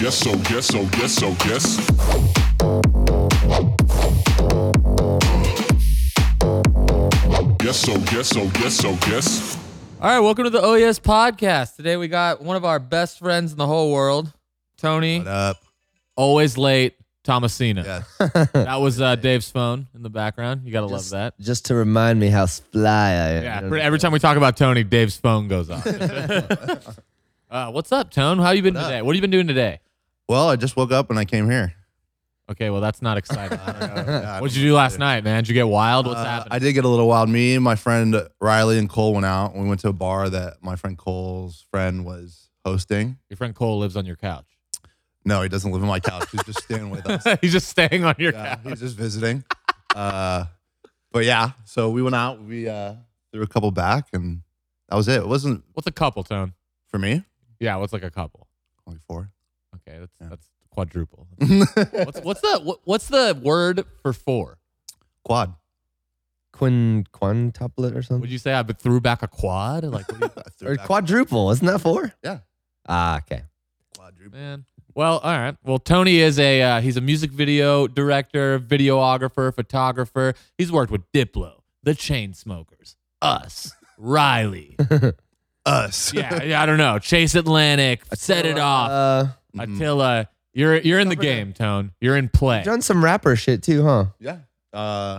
yes, oh yes, oh yes, oh yes. Yes, oh yes, oh yes, oh yes. All right, welcome to the Oh Yes podcast. Today we got one of our best friends in the whole world, Tony. What up? Always late, Thomasina. Yes. That was uh, Dave's phone in the background. You gotta Just- love that. Just to remind me how fly I am. Yeah, pretty- every time we talk about Tony, Dave's phone goes off. uh, what's up, Tone? How you been What up? today? What have you been doing today? Well, I just woke up and I came here. Okay, well that's not exciting. God. What'd you do last night, man? Did you get wild? What's Uh, happening? I did get a little wild. Me and my friend Riley and Cole went out. and We went to a bar that my friend Cole's friend was hosting. Your friend Cole lives on your couch. No, he doesn't live on my couch. He's just staying with us. he's just staying on your Yeah, couch. he's just visiting. Uh, but yeah, so we went out. We uh, threw a couple back, and that was it. It wasn't What's a couple, Tone? for me. Yeah, what's like a couple? Only four. Okay, that's Yeah. that's quadruple. What's what's the what, what's the word for four? Quad. Quin quintuplet or Would something. you say I threw back a quad? Like what do I threw Or back quadruple, isn't that four? Yeah. Ah, okay. you- quadruple. man. Well, all right. Well, Tony is a uh, he's a music video director, videographer, photographer. He's worked with Diplo, The Chainsmokers, us, Riley. Us. yeah, yeah, I don't know. Chase Atlantic, set it off. Uh, Mm-hmm. Mhm. Attila, you're you're in the Covered it. game, Tone. You're in play. you've done some rapper shit too, huh? Yeah. Uh,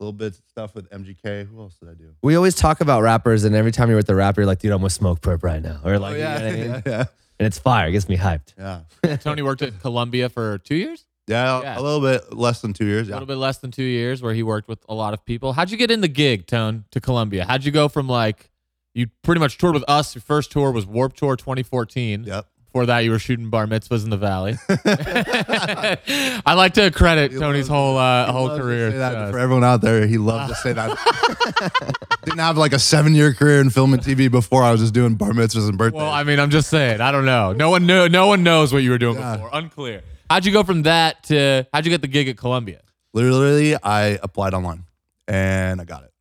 little bit of stuff with MGK. Who else did I do? We always talk about rappers, and every time you're with the rapper, you're like, dude, I'm with Smoke Perp right now. Or Oh, like, you know what I mean? yeah, yeah, And it's fire. It gets me hyped. yeah, Tony worked at Columbia for two years, yeah, Yeah. A little bit less than two years. a Yeah. little bit less than two years, where he worked with a lot of people. How'd you get in the gig, Tone, to Columbia? How'd you go from like you pretty much toured with us? Your first tour was Warp Tour 2014. Yep. Before that, you were shooting bar mitzvahs in the valley. I like to credit He Tony's loves- whole uh, He whole loves to career. say that. to us. For everyone out there, he loved to say that. Didn't have like a seven-year career in film and TV before. I was just doing bar mitzvahs and birthdays. Well, I mean, I'm just saying. I don't know. No one knew. No one knows what you were doing Yeah. before. Unclear. How'd you go from that to how'd you get the gig at Columbia? Literally, I applied online and I got it.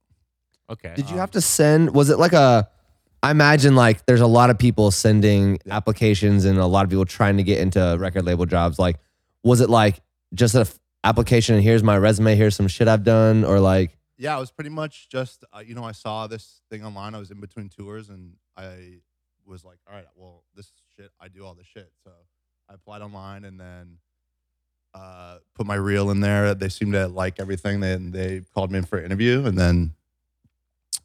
Okay. um, Did you have to send, was it like a, I imagine like there's a lot of people sending applications and a lot of people trying to get into record label jobs. Like, was it like just an application and here's my resume, here's some shit I've done? Or like, Yeah, it was pretty much just uh, you know I saw this thing online. I was in between tours and I was like, all right, well this shit I do all this shit. So I applied online and then uh, put my reel in there. They seemed to like everything. Then they called me in for an interview and then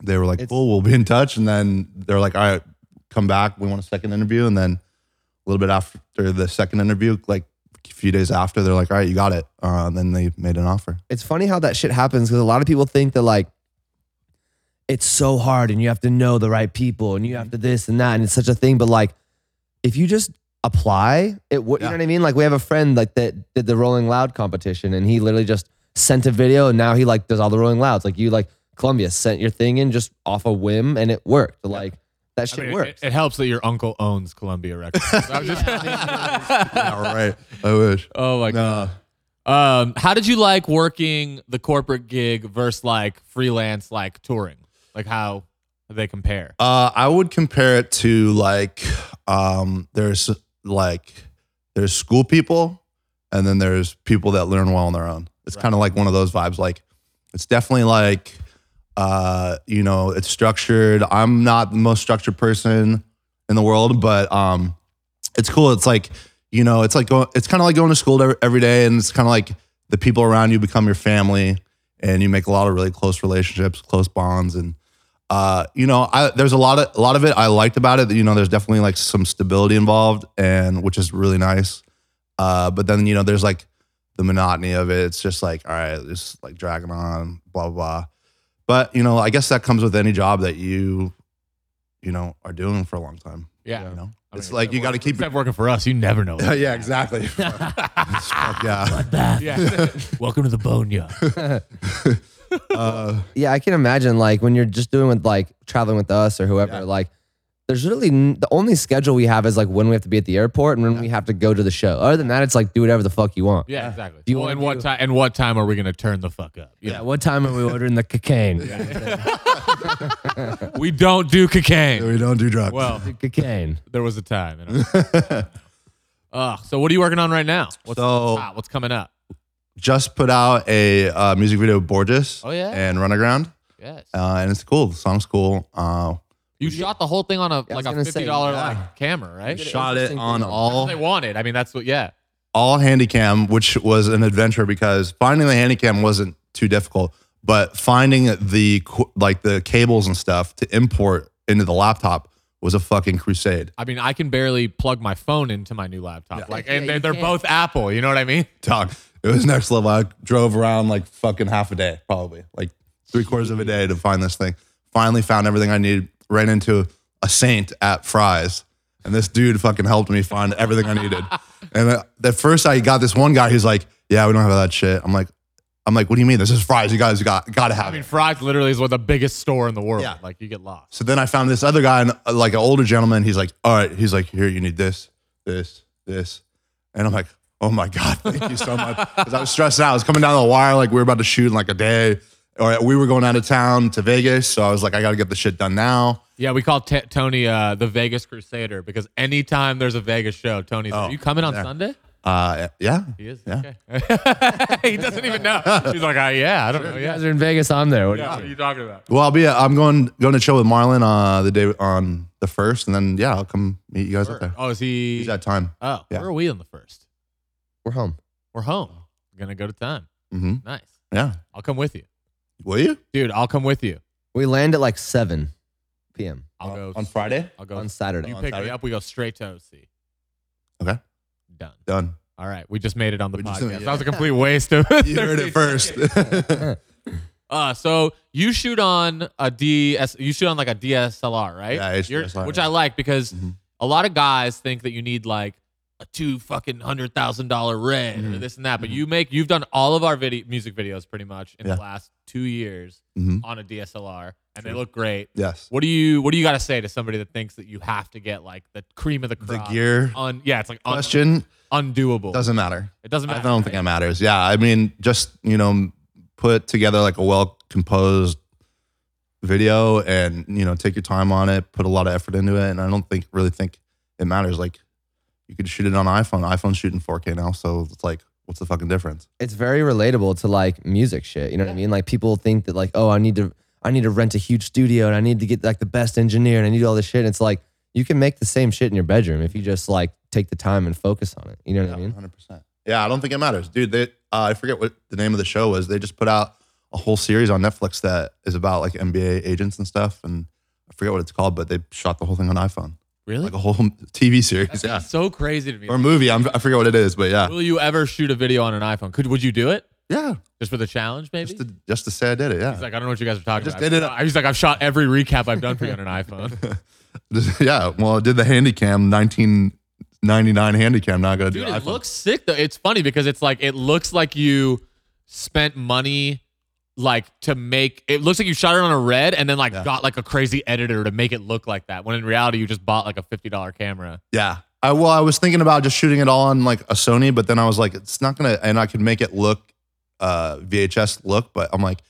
they were like, It's- cool, we'll be in touch. And then they're like, all right, come back. We want a second interview. And then a little bit after the second interview, like a few days after, they're like, all right, you got it. Uh, and then they made an offer. it's funny how that shit happens because a lot of people think that like it's so hard and you have to know the right people and you have to this and that and it's such a thing. But like if you just apply, it would you Yeah. know what I mean? Like we have a friend like that did the Rolling Loud competition and he literally just sent a video and now he like does all the Rolling Louds. Like you like Columbia sent your thing in just off a whim and it worked. Like that I shit mean, works. It, it helps that your uncle owns Columbia Records. I was just- All right. I wish. oh my god. No. Um, how did you like working the corporate gig versus like freelance, like touring? Like how they compare? Uh, I would compare it to like um, there's like there's school people, and then there's people that learn well on their own. It's Right. kind of like one of those vibes. Like it's definitely like uh, you know it's structured. I'm not the most structured person in the world, but um, it's cool. It's like you know it's like going, it's kind of like going to school every- every day, and it's kind of like the people around you become your family, and you make a lot of really close relationships, close bonds, and uh, you know, I, there's a lot of a lot of it I liked about it. You know, there's definitely like some stability involved, and which is really nice. Uh, but then you know, there's like the monotony of it. It's just like all right, it's like dragging on, blah blah. blah. But you know, I guess that comes with any job that you, you know, are doing for a long time. Yeah. you know, I mean, it's like except you got to working- keep. except working for us. You never know. it. yeah, exactly. Fuck yeah. yeah. Welcome to the boneyard. Uh, Yeah, I can imagine like when you're just doing with like traveling with us or whoever, Yeah. like there's really n- the only schedule we have is like when we have to be at the airport and when we have to go to the show. Other than that, it's like do whatever the fuck you want. Yeah, exactly. Do you well, wanna and what do- time? And what time are we gonna turn the fuck up? You Yeah. What time are we ordering the cocaine? know, we don't do cocaine. we don't do drugs. Well, Cocaine. there was a time. in our- Ugh. So what are you working on right now? What's, So- what's hot? What's coming up? Just put out a uh, music video, Borges. Oh, yeah? And Runaground, Yes. uh, and it's cool. The song's cool. Uh, you shot the whole thing on a Yeah, I was like a gonna say, fifty dollar yeah. like camera, right? Did That's it- shot it interesting on thing. what all they wanted. I mean, that's what. Yeah. all handycam, which was an adventure because finding the handycam wasn't too difficult, but finding the qu- like the cables and stuff to import into the laptop was a fucking crusade. I mean, I can barely plug my phone into my new laptop. Like, and Yeah, they you they're can't. both Apple. You know what I mean? Dog, it was next level. I drove around like fucking half a day, probably like three quarters of a day to find this thing. Finally found everything I needed. Ran into a saint at Fry's, and this dude fucking helped me find everything I needed. And uh, at first, I got this one guy who's like, "Yeah, we don't have that shit." I'm like, "I'm like, what do you mean? This is Fry's. You guys got got to have I mean, it." Fry's literally is one of the biggest store in the world. Yeah. Like, you get lost. So then I found this other guy, and, uh, like an older gentleman. He's like, all right, he's like, here, you need this, this, this. And I'm like, oh my God, thank you so much. Because I was stressed out. I was coming down the wire, like we were about to shoot in like a day, or we were going out of town to Vegas. So I was like, I got to get the shit done now. Yeah, we call T- Tony uh, the Vegas Crusader because anytime there's a Vegas show, Tony's like, Oh, you coming on there. Sunday? Uh, yeah. He is. Yeah. Okay. he doesn't even know. He's like, oh, yeah, I don't know. You guys Yeah. are in Vegas. I'm there. What do you yeah. What think? are you talking about? Well, I'll be. uh, I'm going going to chill with Marlon uh, the day on the first, and then yeah, I'll come meet you guys up there. Oh, is he? He's at time. oh, yeah. where are we on the first? We're home. We're home. We're gonna go to time. hmm Nice. Yeah. I'll come with you, Will you? dude. I'll come with you. We land at like 7 p.m. I'll go Uh, on Friday. I'll go on Saturday. You on pick me Saturday? up. We go straight to OC. Okay. Done. Done. All right. We just made it on the We just- podcast. yeah. That was a complete waste of. You heard it 30 first. Mm-hmm. Uh, so you shoot on a DS, you shoot on like a DSLR, right? Yeah, it's You're- DSLR, which yeah. I like because Mhm. a lot of guys think that you need like a two fucking hundred thousand dollar red Mm-hmm. or this and that, but you make you've done all of our video music videos pretty much in Yeah. the last two years Mhm. on a DSLR, and they look great. yes. What do you What do you got to say to somebody that thinks that you have to get like the cream of the The crop? gear Un, yeah, it's like un, question undoable. doesn't matter. it Uh, doesn't matter. I don't right? think it matters. Yeah, I mean, just you know, put together like a well composed video, and you know, take your time on it, put a lot of effort into it, and I don't think really think it matters. Like, you could shoot it on iPhone. iPhone's shooting 4K now, so it's like, what's the fucking difference? it's very relatable to like music shit. You know what I mean? Like people think that like, oh, I need to I need to rent a huge studio and I need to get like the best engineer and I need all this shit. And it's like you can make the same shit in your bedroom if you just like take the time and focus on it. You know what I mean? 100%. Yeah, I don't think it matters, dude. They, uh, I forget what the name of the show was. They just put out a whole series on Netflix that is about like NBA agents and stuff, and I forget what it's called, but they shot the whole thing on iPhone, really. like a whole TV series. That's yeah. so crazy to me. or movie. I'm, I forget what it is, but yeah, Will you ever shoot a video on an iPhone? Could would you do it yeah. just for the challenge? Maybe. Just to, just to say I did it. Yeah, He's like, I don't know what you guys are talking just about. did it. I was like, I've shot every recap I've done for you on an iPhone. Just- yeah. Well, I did the Handycam 1999 Handycam. Not gonna do Dude, it. it looks sick though. It's funny because it's like it looks like you spent money like to make it looks like you shot it on a red and then like Yeah. got like a crazy editor to make it look like that. When in reality you just bought like a fifty dollar camera. Yeah. I well, I was thinking about just shooting it all on like a Sony, but then I was like, it's not gonna, and I could make it look uh, VHS look, but I'm like,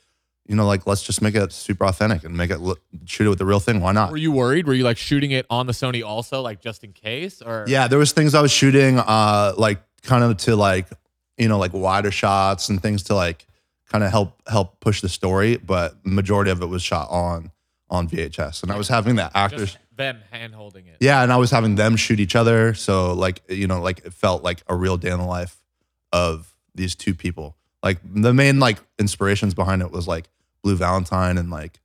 you know, like let's just make it super authentic and make it look, shoot it with the real thing. Why not? Were you worried? Were you like shooting it on the Sony also, like just in case? Or Yeah, there was things I was shooting, uh, like kind of to like, you know, like wider shots and things to like kind of help help push the story. But majority of it was shot on on VHS, and I was having the actors. just them hand holding it. yeah, and I was having them shoot each other. So like, you know, like it felt like a real day in the life of these two people. Like the main like inspirations behind it was like Blue Valentine and like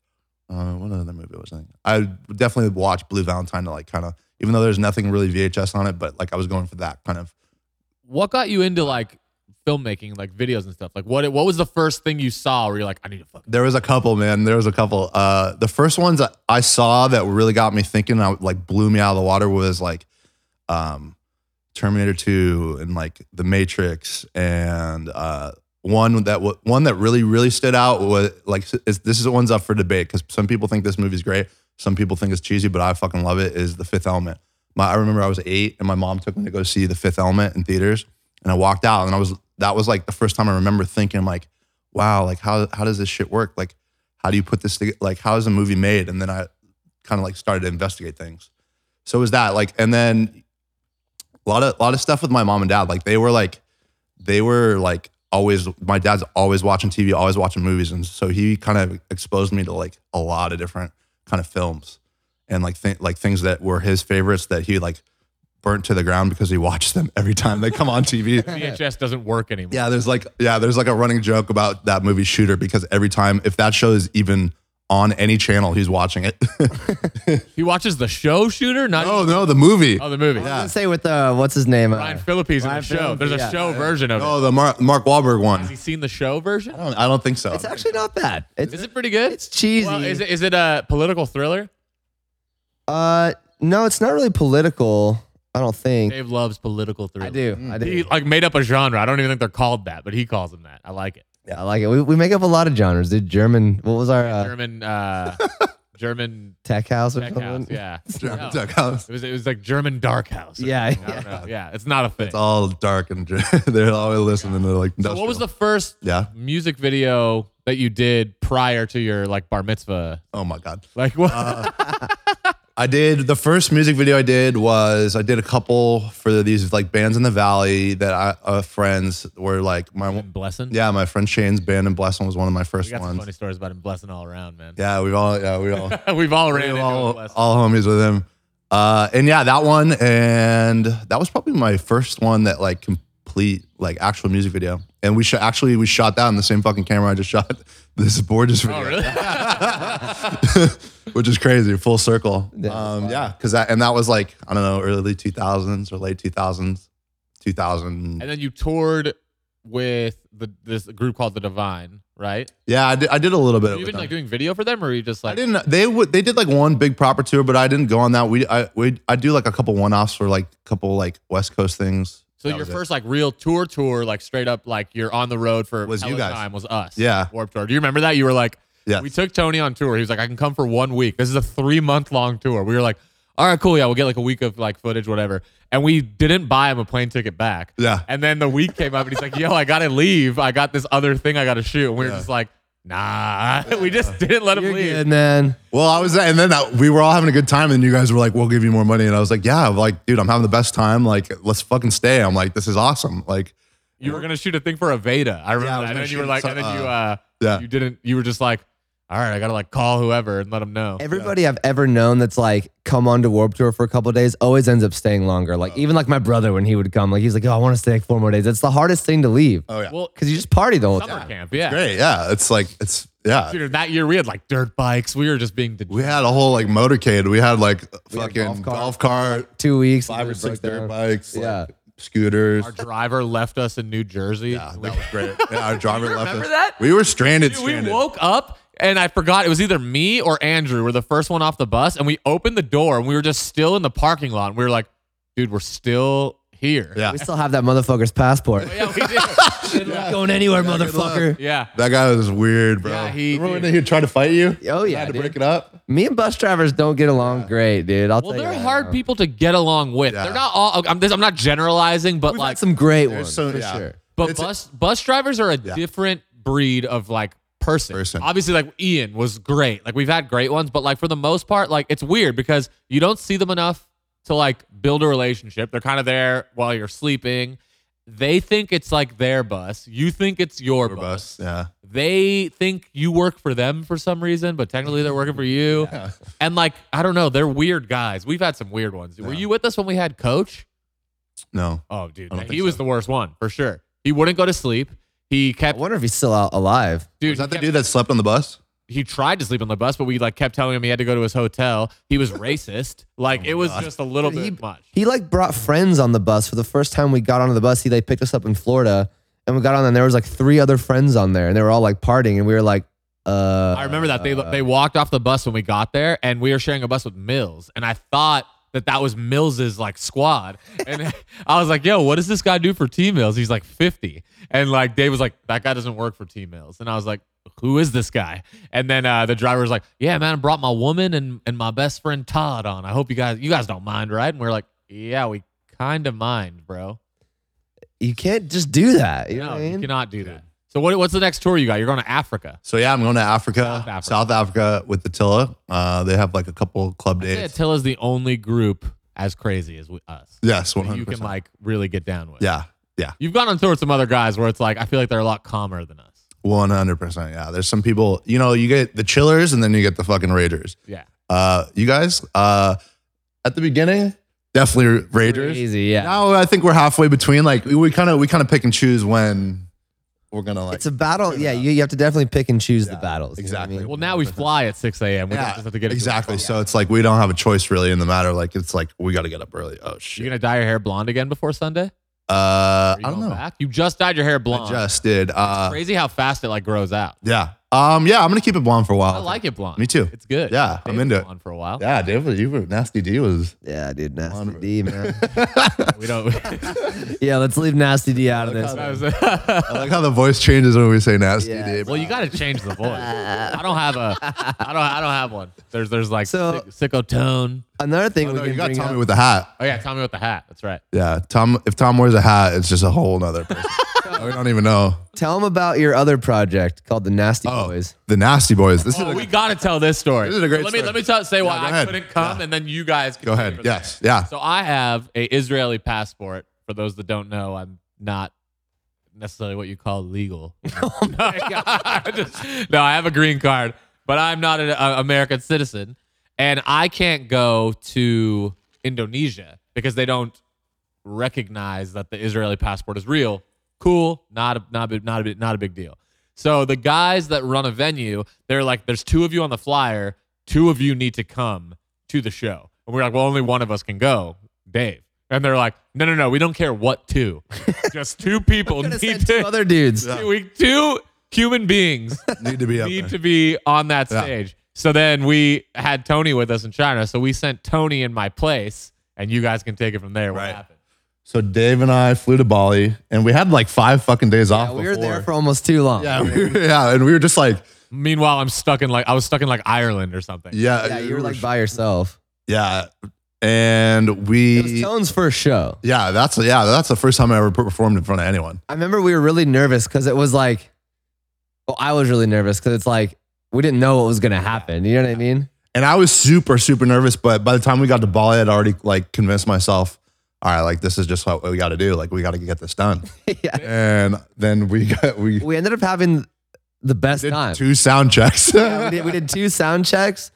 uh, what other movie was it? I definitely watched Blue Valentine to like kind of even though there's nothing really VHS on it, but like I was going for that kind of what got you into like filmmaking, like videos and stuff? Like what what was the first thing you saw where you're like, I need to fucking There was a couple, man. There was a couple. Uh, the first ones that I saw that really got me thinking, I, like blew me out of the water, was like um, Terminator Two and like The Matrix, and uh, one that w- one that really really stood out was like is, this is one's up for debate because some people think this movie's great, some people think it's cheesy, but I fucking love it. Is The Fifth Element. My I remember I was eight and my mom took me to go see The Fifth Element in theaters, and I walked out and I was that was like the first time I remember thinking like wow, like how how does this shit work? Like, how do you put this together? Like, how is a movie made? And then I kind of like started to investigate things. So it was that like, and then lot of lot of stuff with my mom and dad. Like they were like they were like always my dad's always watching TV, always watching movies. And so he kind of exposed me to like a lot of different kind of films and like th- like things that were his favorites that he like burnt to the ground because he watched them every time they come on TV. VHS doesn't work anymore. Yeah, there's like yeah, there's like a running joke about that movie Shooter because every time if that show is even on any channel, he's watching it. He watches the show shooter, not oh no, the movie. oh the movie. I didn't say with the what's his name? Ryan Uh, Phillippe's in Ryan the show. Phillippe, There's a yeah. show version of it. Oh, the Mark, Mark Wahlberg one. Has he seen the show version? I don't, I don't think so. it's actually not bad. It's Is it pretty good? it's cheesy. Well, is it is it a political thriller? uh, no, it's not really political. I don't think. Dave loves political thrillers. I do. I Mm. He do. like made up a genre. I don't even think they're called that, but he calls them that. I like it. I like it. We, we make up a lot of genres. Dude, German. What was our uh, German, uh, German tech house or tech something? house. Yeah, No. Duck House. It was it was like German dark house. or Yeah, something. I don't know. yeah. It's not a thing. It's all dark and they're always listening. They're like, So what was the first Yeah. music video that you did prior to your like bar mitzvah? Oh my god. Like what? Uh, I did the first music video I did was I did a couple for these like bands in the valley that I uh, friends were like my blessing. yeah my friend Shane's band and Blessing was one of my we first got some ones. funny stories about him blessing all around, man. Yeah, we all yeah we all We've all ran We into were a all, blessing. all homies with him. Uh, and yeah, that one, and that was probably my first one that like complete like actual music video. And we shot actually we shot that on the same fucking camera I just shot this Borges video, oh really? which is crazy, full circle. That's um, yeah, because that and that was like I don't know, early two thousands or late two thousands, two thousand. and then you toured with the this group called the Divine, right? Yeah, I did, I did a little bit. Were you with even them. like doing video for them, or were you just I like didn't. They would. They did like one big proper tour, but I didn't go on that. We I we I do like a couple one offs for like a couple like West Coast things. So That your was it. first like real tour tour, like straight up, like you're on the road for Was you hella guys. time was us. Yeah. Warp tour. Do you remember that? You were like, Yes. we took Tony on tour. He was like, I can come for one week. This is a three month long tour. We were like, all right, cool. Yeah, we'll get like a week of like footage, whatever. And we didn't buy him a plane ticket back. Yeah. And then the week came up and he's like, yo, I gotta leave. I got this other thing I gotta shoot. And we were just like, nah. we just didn't let him You're leave. good, man. Well, I was, and then uh we were all having a good time, and you guys were like, "We'll give you more money," and I was like, "Yeah, I'm like, dude, I'm having the best time. Like, let's fucking stay." I'm like, "This is awesome." Like, You were gonna shoot a thing for Aveda. I remember Yeah, I was that. And gonna then you shoot were like, some- and then you uh, uh yeah. you didn't you were just like, all right, I gotta like call whoever and let them know. Everybody I've ever known that's like come on to Warp Tour for a couple of days always ends up staying longer. Oh. Like even like my brother when he would come, like he's like, "Oh, I want to stay like four more days." It's the hardest thing to leave oh yeah, Well, because you just party the whole summer time. camp, yeah. great, yeah. It's like, it's yeah. Dude, that year we had like dirt bikes. We were just being the We had a whole like motorcade. We had like had fucking golf golf cart. cart, Two weeks, five or six dirt down. bikes, like, Yeah. scooters. our driver left us in New Jersey. yeah, we, that was great. Yeah, our driver left remember us. that? We were stranded. Dude, we stranded. woke up and I forgot it was either me or Andrew were the first one off the bus and we opened the door and we were just still in the parking lot and we were like, dude, we're still here. Yeah. We still have that motherfucker's passport. Yeah, we did. Good luck. Going anywhere, good motherfucker. yeah. That guy was weird, bro. Yeah, he- Remember when he tried to fight you? Oh had yeah, to dude. break it up. me and bus drivers don't get along great, dude. I'll Well, tell you they're right hard now. people to get along with. Yeah. They're not all. I'm, this, I'm not generalizing, but We've like, had some great ones so- for yeah. sure. but it's a- bus bus drivers are a different breed of like person. Person. Obviously, like Ian was great. Like we've had great ones, but like for the most part, like it's weird because you don't see them enough to like build a relationship. They're kind of there while you're sleeping. They think it's like their bus. You think it's your, Or bus. bus. Yeah. They think you work for them for some reason, but technically they're working for you. And like, I don't know, they're weird guys. We've had some weird ones. Were you with us when we had Coach? No. Oh, dude, I don't he think was the worst one for sure. He wouldn't go to sleep. He I kept wonder if he's still out alive. dude. Is that he, the kept- dude that slept on the bus? he tried to sleep on the bus, but we like kept telling him he had to go to his hotel. He was racist. Oh Like it was just a little Dude, bit he- much. He like brought friends on the bus for the first time we got onto the bus. He like picked us up in Florida and we got on and there was like three other friends on there and they were all like partying and we were like, uh I remember that they they walked off the bus when we got there, and we were sharing a bus with Mills, and I thought that that was Mills's like squad, and I was like, "Yo, what does this guy do for T Mills?" He's like fifty, and like Dave was like, "That guy doesn't work for T Mills," and I was like. Who is this guy? And then uh, the driver was like, "Yeah, man, I brought my woman and, and my best friend Todd on. I hope you guys you guys don't mind, right?" And we are like, "Yeah, we kind of mind, bro. you can't just do that. You know No, what I you mean? cannot do that." So what, what's the next tour you got? You're going to Africa. So yeah, I'm going to Africa, South South Africa. Africa, with Attila. Uh, they have like a couple club Yeah, dates. Attila's the only group as crazy as we, us. Yes, one that hundred You can percent. like really get down with. Yeah, yeah, You've gone on tour with some other guys where it's like I feel like they're a lot calmer than us. one hundred percent. Yeah, there's some people. You know, you get the chillers, and then you get the fucking raiders. Yeah. Uh, you guys, uh, at the beginning, definitely raiders. Crazy, yeah. Now I think we're halfway between. Like we kind of we kind of pick and choose when we're gonna like. it's a battle. Yeah, you, you have to definitely pick and choose the battles. you know what I exactly. mean? Well, now we fly at 6 a.m. We Yeah, just have to get it exactly. So it's like we don't have a choice really in the matter. Like it's like we got to get up early. Oh You're shit. gonna dye your hair blonde again before Sunday? Uh, I Are you don't going know. back? You just dyed your hair I blonde. just did. Uh, Crazy how fast it like grows out. yeah. Um, yeah. I'm gonna keep it blonde for a while. I like it blonde. Me too. It's good. Yeah, I'm Dave's into it. blonde for a while. Yeah, David, you were nasty. D was. Yeah, dude, Nasty D, man. We don't. yeah, let's leave Nasty D out of this. That man. was- I like how the voice changes when we say nasty. Yeah. D. well, you got to change the voice. I don't have a. I don't. I don't have one. There's. There's like So- sick, sicko tone. Another thing Oh, we no, can you got bring Tommy up. with the hat. Oh yeah, Tommy with the hat. That's right. Yeah, Tom. If Tom wears a hat, it's just a whole nother person. Oh, we don't even know. Tell them about your other project called the Nasty Oh, Boys. the nasty boys. This Oh, is. we got to tell this story. This is a great let me story. let me tell, say why go I ahead. couldn't come, and then you guys can Go ahead. take it from Yes. Yeah. there. So I have a Israeli passport. For those that don't know, I'm not necessarily what you call legal. Just- no, I have a green card, but I'm not an uh, American citizen, and I can't go to Indonesia because they don't recognize that the Israeli passport is real. Cool, not a, not a, big- not a, big- not a big deal. So the guys that run a venue, they're like, "There's two of you on the flyer. Two of you need to come to the show." And we're like, "Well, only one of us can go, Dave." And they're like, "No, no, no. We don't care what two. Just two people need Send two to. other dudes. We two human beings Need to be up. need there. to be on that Yeah. stage. So then we had Tony with us in China. So we sent Tony in my place, and you guys can take it from there. What Right. happened? So Dave and I flew to Bali, and we had like five fucking days off. Yeah, we were there before. for almost too long. Yeah, we were- yeah, and we were just like, Meanwhile, I'm stuck in like I was stuck in like Ireland or something. yeah, Yeah, you we were like by yourself. yeah, and It was we, Tone's first show. yeah, that's yeah, that's the first time I ever performed in front of anyone. I remember we were really nervous because it was like, well, I was really nervous because it's like we didn't know what was gonna happen. You know what I mean? And I was super, super nervous. But by the time we got to Bali, I'd already like convinced myself, all right, like this is just what we got to do. Like we got to get this done. yeah. And then we got we We ended up having the best did time. two sound checks. Yeah, we, did, we did two sound checks,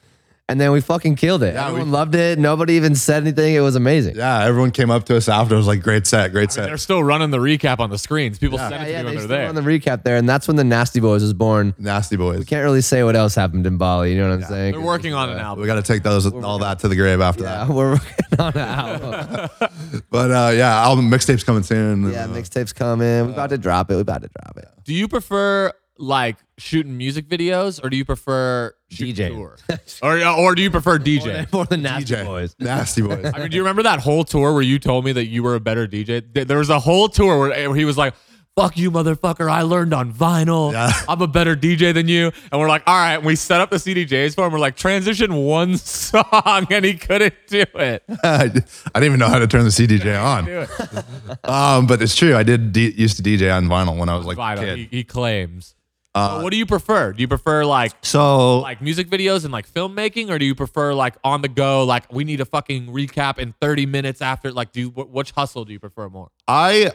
and then we fucking killed it. Yeah, we- Everyone loved it. Nobody even said anything. It was amazing. yeah, everyone came up to us after. It was like, great set, great set. They're still running the recap on the screens. People send it to yeah, me when they they're still there. on the recap there, and that's when the Nasty Boys was born. Nasty boys. Can't really say what else happened in Bali. You know what I'm saying? they're working on an album. We got to take those all that to the grave after Yeah, that. we're working on an album. But uh, yeah, album mixtapes coming soon. yeah, Uh, mixtapes coming. We about to drop it. We about to drop it. Do you prefer like shooting music videos or do you prefer shooting DJ. tour? or or do you prefer DJ? More than Nasty DJ. Boys. Nasty boys. I mean, do you remember that whole tour where you told me that you were a better DJ? Th- There was a whole tour where where he was like, "Fuck you, motherfucker! I learned on vinyl. Yeah. I'm a better DJ than you." And we're like, "All right." We set up the CDJs for him. We're like, "Transition one song," and he couldn't do it. I didn't even know how to turn the CDJ on. Do it. Um, but it's true. I did d- used to DJ on vinyl when I was like a Vinyl. He, kid. Uh, he claims. But what do you prefer? Do you prefer like So like music videos and like filmmaking, or do you prefer like on the go? Like we need a fucking recap in 30 minutes after. Like, do you, wh- which hustle do you prefer more? I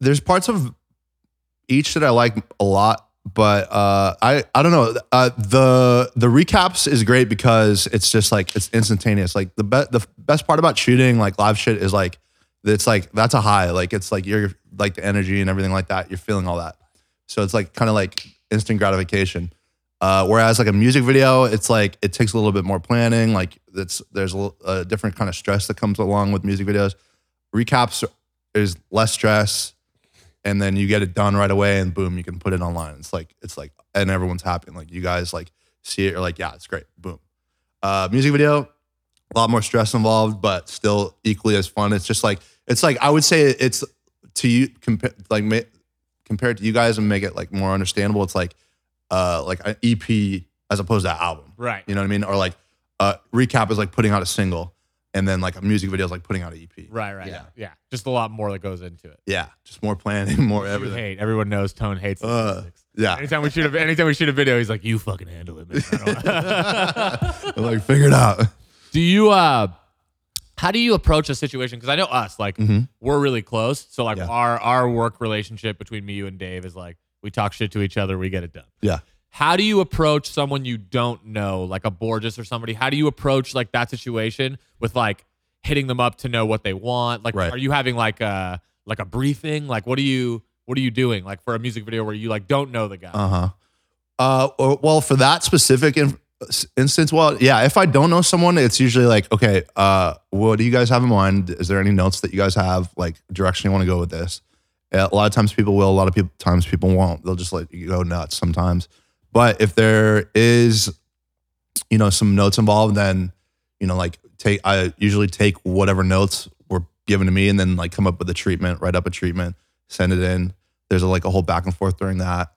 there's parts of each that I like a lot, but uh, I I don't know. Uh, the the recaps is great because it's just like it's instantaneous. Like the be- the best part about shooting like live shit is like it's like that's a high. Like it's like you're like the energy and everything like that. You're feeling all that. So it's like kind of like instant gratification. Uh, whereas like a music video, it's like it takes a little bit more planning. Like it's there's a, little- a different kind of stress that comes along with music videos. Recaps is less stress, and then you get it done right away, and boom, you can put it online. It's like it's like and everyone's happy. And like you guys like see it, you're like yeah, it's great. Boom. Uh, music video, a lot more stress involved, but still equally as fun. It's just like it's like I would say it's to you compa- like ma- compared to you guys and make it like more understandable. It's like uh like an EP as opposed to an album. Right. You know what I mean? Or like uh recap is like putting out a single, and then like a music video is like putting out an E EP. Right. Right. Yeah. Yeah. Yeah. Just a lot more that goes into it. Yeah, just more planning, more You everything. hate. Everyone knows Tone hates Uh, statistics. yeah, Anytime we shoot a anytime we shoot a video, he's like, "You fucking handle it, man." I don't- like figure it out. Do you uh how do you approach a situation? Because I know us, like Mhm. we're really close. So like Yeah. our our work relationship between me, you, and Dave is like we talk shit to each other, we get it done. Yeah. How do you approach someone you don't know, like a Borges or somebody? How do you approach like that situation with like hitting them up to know what they want? Like, Right. are you having like a like a briefing? Like, what do you what are you doing like for a music video where you like don't know the guy? Uh-huh. Uh or- Well, for that specific in- s- instance, well, yeah. If I don't know someone, it's usually like, okay, uh, what do you guys have in mind? Is there any notes that you guys have, like direction you want to go with this? A lot of times people will. A lot of peop times people won't. They'll just let you go nuts sometimes. But if there is, you know, some notes involved, then you know, like take. I usually take whatever notes were given to me, and then like come up with a treatment, write up a treatment, send it in. There's a, like a whole back and forth during that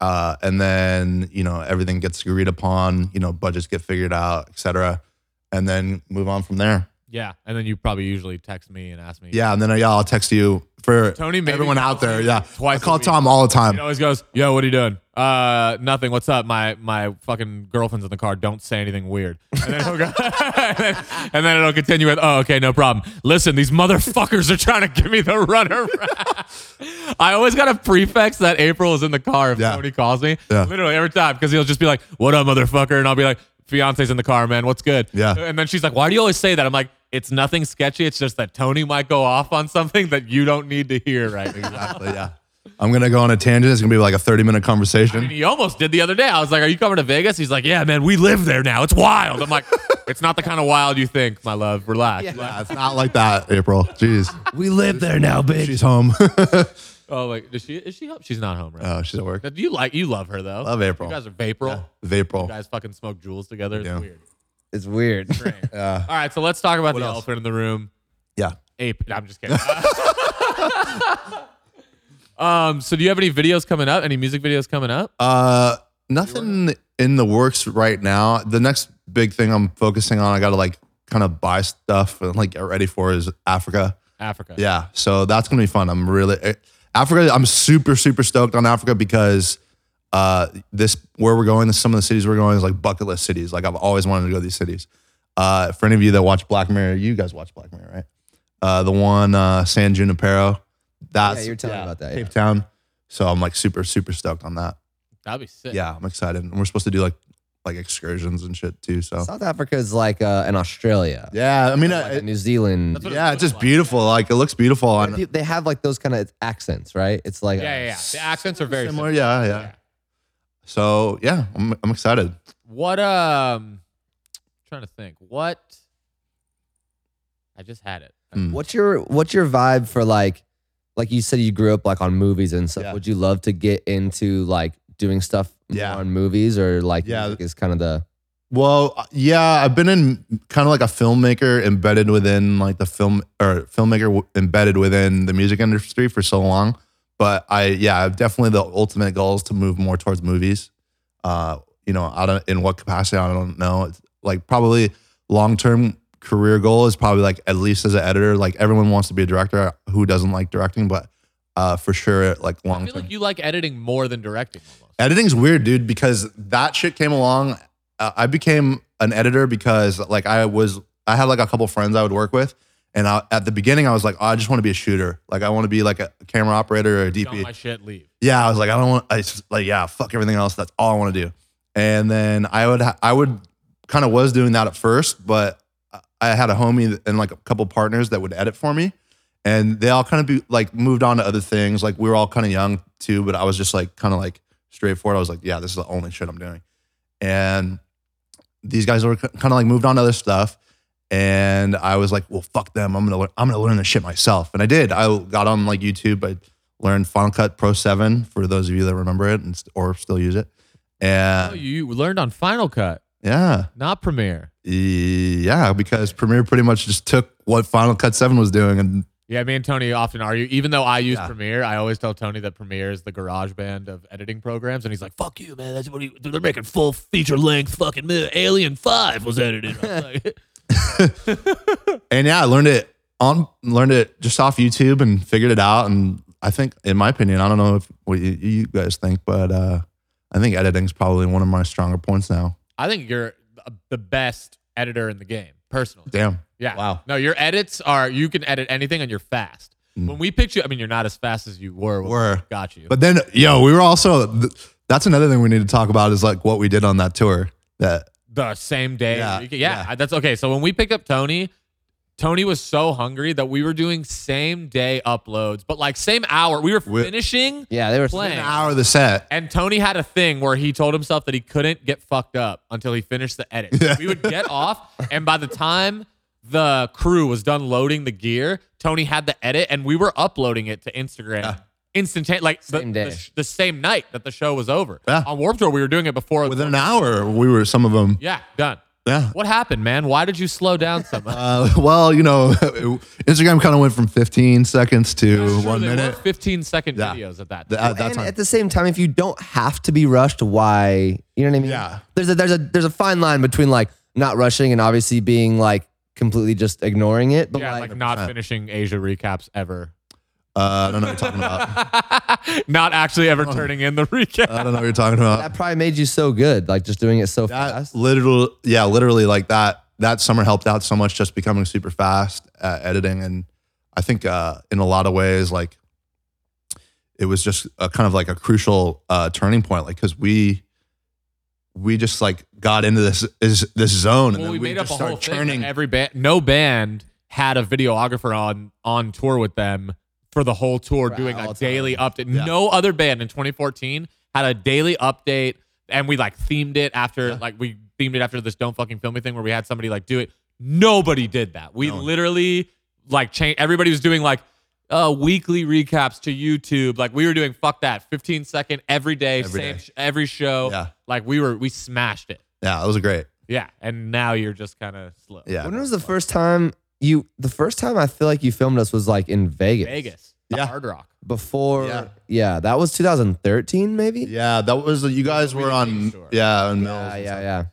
uh, and then you know everything gets agreed upon you know budgets get figured out etc and then move on from there Yeah, and then you probably usually text me and ask me. yeah and then uh, yeah, i'll text you for Tony, maybe everyone out there yeah twice i call a week. tom all the It time always goes, "Yo, what are you doing?" Uh, nothing. What's up? My my fucking girlfriend's in the car. Don't say anything weird. And then, he'll go, and, then, and then it'll continue with, "Oh, okay, no problem." Listen, these motherfuckers are trying to give me the runner. I always got to prefix that April is in the car if Yeah. somebody calls me. Yeah. Literally every time because he'll just be like, "What up, motherfucker?" and I'll be like, "Fiance's in the car, man. What's good?" Yeah. And then she's like, "Why do you always say that?" I'm like. It's nothing sketchy. It's just that Tony might go off on something that you don't need to hear right now. exactly yeah i'm gonna go on a tangent it's gonna be like a 30 minute And conversation he almost did the other day. I was like, "Are you coming to Vegas?" He's like, "Yeah, man, we live there now. It's wild." I'm like, "It's not the kind of wild you think, my love. Relax." yeah it's not like that april jeez We live there now, bitch. she's home Oh, like, is she is she home? She's not home right. oh she's at work now. Do you like you love her though? Love April. You guys are April. With april You guys fucking smoke jewels together. It's Yeah. weird. It's weird. Strange. Yeah. All right, so let's talk about What the else? elephant in the room. yeah Ape. No, I'm just kidding. um. So, do you have any videos coming up? Any music videos coming up? Uh, nothing in the works right now. The next big thing I'm focusing on, I gotta like kind of buy stuff and like get ready for is Africa. Africa. Yeah, so that's gonna be fun. I'm really eh, Africa. I'm super super stoked on Africa because uh, this where we're going, some of the cities we're going is like bucket list cities. Like I've always wanted to go to these cities. Uh, for any of you that watch Black Mirror, you guys watch Black Mirror, right? Uh, the one uh, San Junipero. yeah, That's you were telling me about that. Yeah. Cape Town. So I'm like super super stoked on that That'd be sick. yeah, I'm excited. And we're supposed to do like like excursions and shit too. So South Africa is like uh, an Australia. yeah, I mean, Like uh, a New Zealand. That's what it yeah, looks it's just like. beautiful. Like it looks beautiful. And Pe- They have like those kind of accents, right? It's like Yeah, yeah, yeah. The accents are very similar. Yeah, yeah, Yeah. So yeah, I'm I'm excited. What um trying to think. What I just had it. Hmm. What's your what's your vibe for like like you said you grew up like on movies and stuff. Yeah. Would you love to get into like doing stuff more Yeah. on movies or like Yeah. music is kind of the Well, uh, yeah, I've been in kind of like a filmmaker embedded within like the film or filmmaker w- embedded within the music industry for so long. But I, yeah, I've definitely the ultimate goal is to move more towards movies. Uh, you know, I don't in what capacity I don't know. It's like probably long term career goal is probably like at least as an editor. Like everyone wants to be a director. Who doesn't like directing? But uh, for sure, like I long feel term like you like editing more than directing almost. editing's weird dude because that shit came along uh, i became an editor because like i was i had like a couple friends i would work with and I, at the beginning i was like oh, i just want to be a shooter like i want to be like a camera operator or a Dump my dp shit leave. yeah i was like i don't want i just like yeah fuck everything else that's all i want to do and then i would ha- i would kind of was doing that at first but I- i had a homie and like a couple partners that would edit for me and they all kind of be like moved on to other things. Like we were all kind of young too, but I was just like kind of like straightforward. I was like, yeah, this is the only shit I'm doing. And these guys were kind of like moved on to other stuff, and I was like, well, fuck them. I'm gonna lear- I'm gonna learn this shit myself, and I did. I got on like YouTube. I learned Final Cut Pro Seven for those of you that remember it and st- or still use it. oh, And you learned on Final Cut, yeah, E, not Premiere. yeah, because Premiere pretty much just took what Final Cut Seven was doing and Yeah, me and Tony often argue. Even though I use Yeah. Premiere, I always tell Tony that Premiere is the garage band of editing programs, and he's like, "Fuck you, man! That's what he, they're making full feature length fucking mi- Alien Five was edited." I was like, and yeah, I learned it on learned it just off YouTube and figured it out. And I think, in my opinion, I don't know if what you, you guys think, but uh, I think editing's probably one of my stronger points now. I think you're the best editor in the game. Personal. Damn. Yeah. Wow. No, your edits are you can edit anything and you're fast. When we picked you, I mean, you're not as fast as you were. When Were. we got you. But then, yo, we were also. Th- that's another thing we need to talk about is like what we did on that tour. That the same day. Yeah, Yeah, yeah, that's okay. So when we picked up Tony, Tony was so hungry that we were doing same day uploads, but like same hour. We were Wi- finishing, Yeah, they were Playing. an hour of the set. and Tony had a thing where he told himself that he couldn't get fucked up until he finished the edit. Yeah. We would get off, and by the time the crew was done loading the gear, Tony had the edit, and we were uploading it to Instagram. Instant, like the, Same day. the, sh- the same night that the show was over. Yeah. On Warped Tour, we were doing it before. Within an hour, we were some of them. yeah, done. Yeah. What happened, man? Why did you slow down so much? Uh, well, you know, Instagram kind of went from 15 seconds to Sure, one they were minute. 15 second Yeah. videos at that. Th- at that and time. at the same time, if you don't have to be rushed, why? You know what I mean? Yeah. There's a there's a there's a fine line between like not rushing and obviously being like completely just ignoring it. But yeah, like, like not 100%. finishing Asia recaps ever. uh, I don't know what you're talking about. not actually Oh. ever turning in the recap. I don't know what you're talking about. that probably made you so good, like just doing it so That fast. literal, yeah, literally like that. That summer helped out so much, just becoming super fast at editing, and I think uh, in a lot of ways, like it was just a kind of like a crucial uh, turning point, like because we we just like got into this is this zone, and Well, then we we, made up just a whole started thing. churning. that Every band, no band had a videographer on on tour with them for the whole tour, doing all a time. daily update. Yeah. No other band in 2014 had a daily update, and we like themed it after like we themed it after this "Don't Fucking Film Me" thing, where we had somebody like do it. Nobody did that. We No one. literally like changed. Everybody was doing like. Uh, weekly recaps to YouTube, like we were doing. Fuck that, fifteen second every day, Every same day. Sh- every show. Yeah. like we were, we smashed it. yeah, it was great. Yeah, and now you're just kind of slow. Yeah, when was the first time you? The first time I feel like you filmed us was like in Vegas. Vegas, the Yeah. Hard Rock. Before. Yeah. Yeah. that was 2013 maybe. yeah, that was you guys We were did on Big Short. yeah, on Mills. Yeah, yeah, yeah.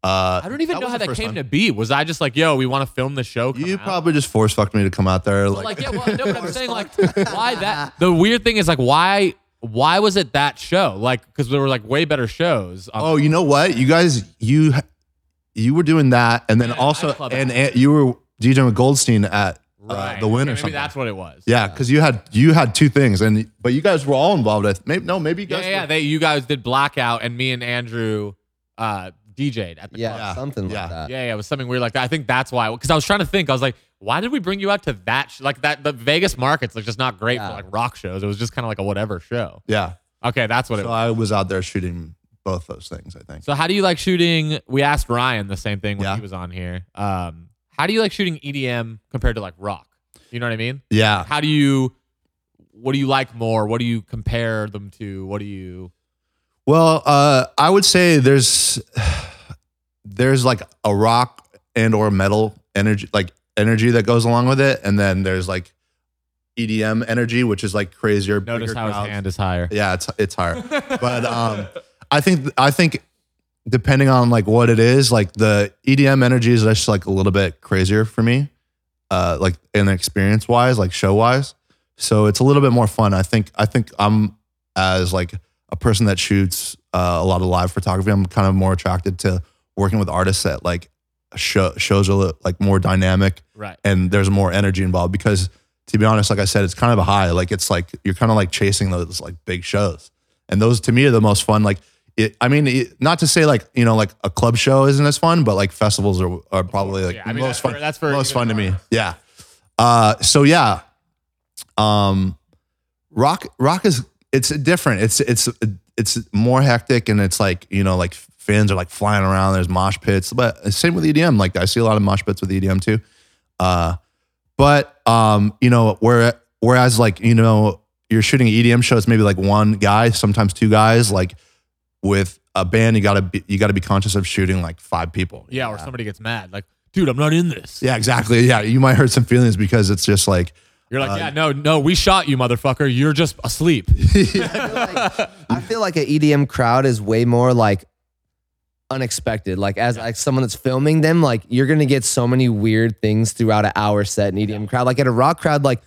Uh, I don't even that know was how the that first came time. to be. Was I just like, yo, we want to film the show? come You out? probably just force fucked me to come out there. But, Like, like, yeah, well, no, but I'm saying like, why that? The weird thing is like, why, why was it that show? Like, because there were like way better shows. on- oh, you know what? You guys, you you were doing that, and then Yeah, also, nightclub and, and you were DJing with Goldstein at uh, right. the Okay, win or maybe something. that's what it was. yeah, because you had you had two things, and but you guys were all involved. I th- maybe no, maybe you yeah, guys. yeah. were- They, you guys did blackout, and me and Andrew uh, DJ'd at the Yeah, Yeah. something Yeah. like that. Uh, Yeah, yeah, it was something weird like that. I think that's why. Because I was trying to think, I was like, why did we bring you out to that? Sh-? Like that, the Vegas market's like just not great Yeah. for like rock shows. It was just kind of like a whatever show. yeah. Okay, that's what it So was. I was out there shooting both those things. I think. So how do you like shooting? We asked Ryan the same thing when Yeah. he was on here. Um, how do you like shooting EDM compared to like rock? You know what I mean? Yeah. How do you? What do you like more? What do you compare them to? What do you? Well, uh, I would say there's there's like a rock and or metal energy, like energy that goes along with it, and then there's like EDM energy, which is like crazier. Notice bigger how his crowds. hand is higher. Yeah, it's it's higher, but um, I think I think depending on like what it is, like the EDM energy is just like a little bit crazier for me, uh, like in experience wise, like show wise. So it's a little bit more fun. I think I think I'm as like a person that shoots uh, a lot of live photography. I'm kind of more attracted to working with artists that like show, shows are li- like more dynamic Right. and there's more energy involved because to be honest like i said it's kind of a high like it's like you're kind of like chasing those like big shows and those to me are the most fun like it, i mean it, not to say like you know like a club show isn't as fun but like festivals are, are probably like Yeah, I mean, most that's fun for- that's for most even fun to me yeah uh so yeah um rock rock is it's different it's it's it's more hectic and it's like you know like fans are like flying around there's mosh pits but same with edm like i see a lot of mosh pits with edm too uh but um you know where whereas like you know you're shooting E an edm show it's maybe like one guy sometimes two guys like with a band you gotta be you gotta be conscious of shooting like five people Yeah, or somebody gets mad, like, dude, I'm not in this. yeah exactly yeah you might hurt some feelings because it's just like You're Uh, like, yeah, no, no, we shot you, motherfucker. You're just asleep. I feel like an EDM crowd is way more like unexpected. Like as like someone that's filming them, like you're gonna get so many weird things throughout an hour set in EDM crowd. Like at a rock crowd, like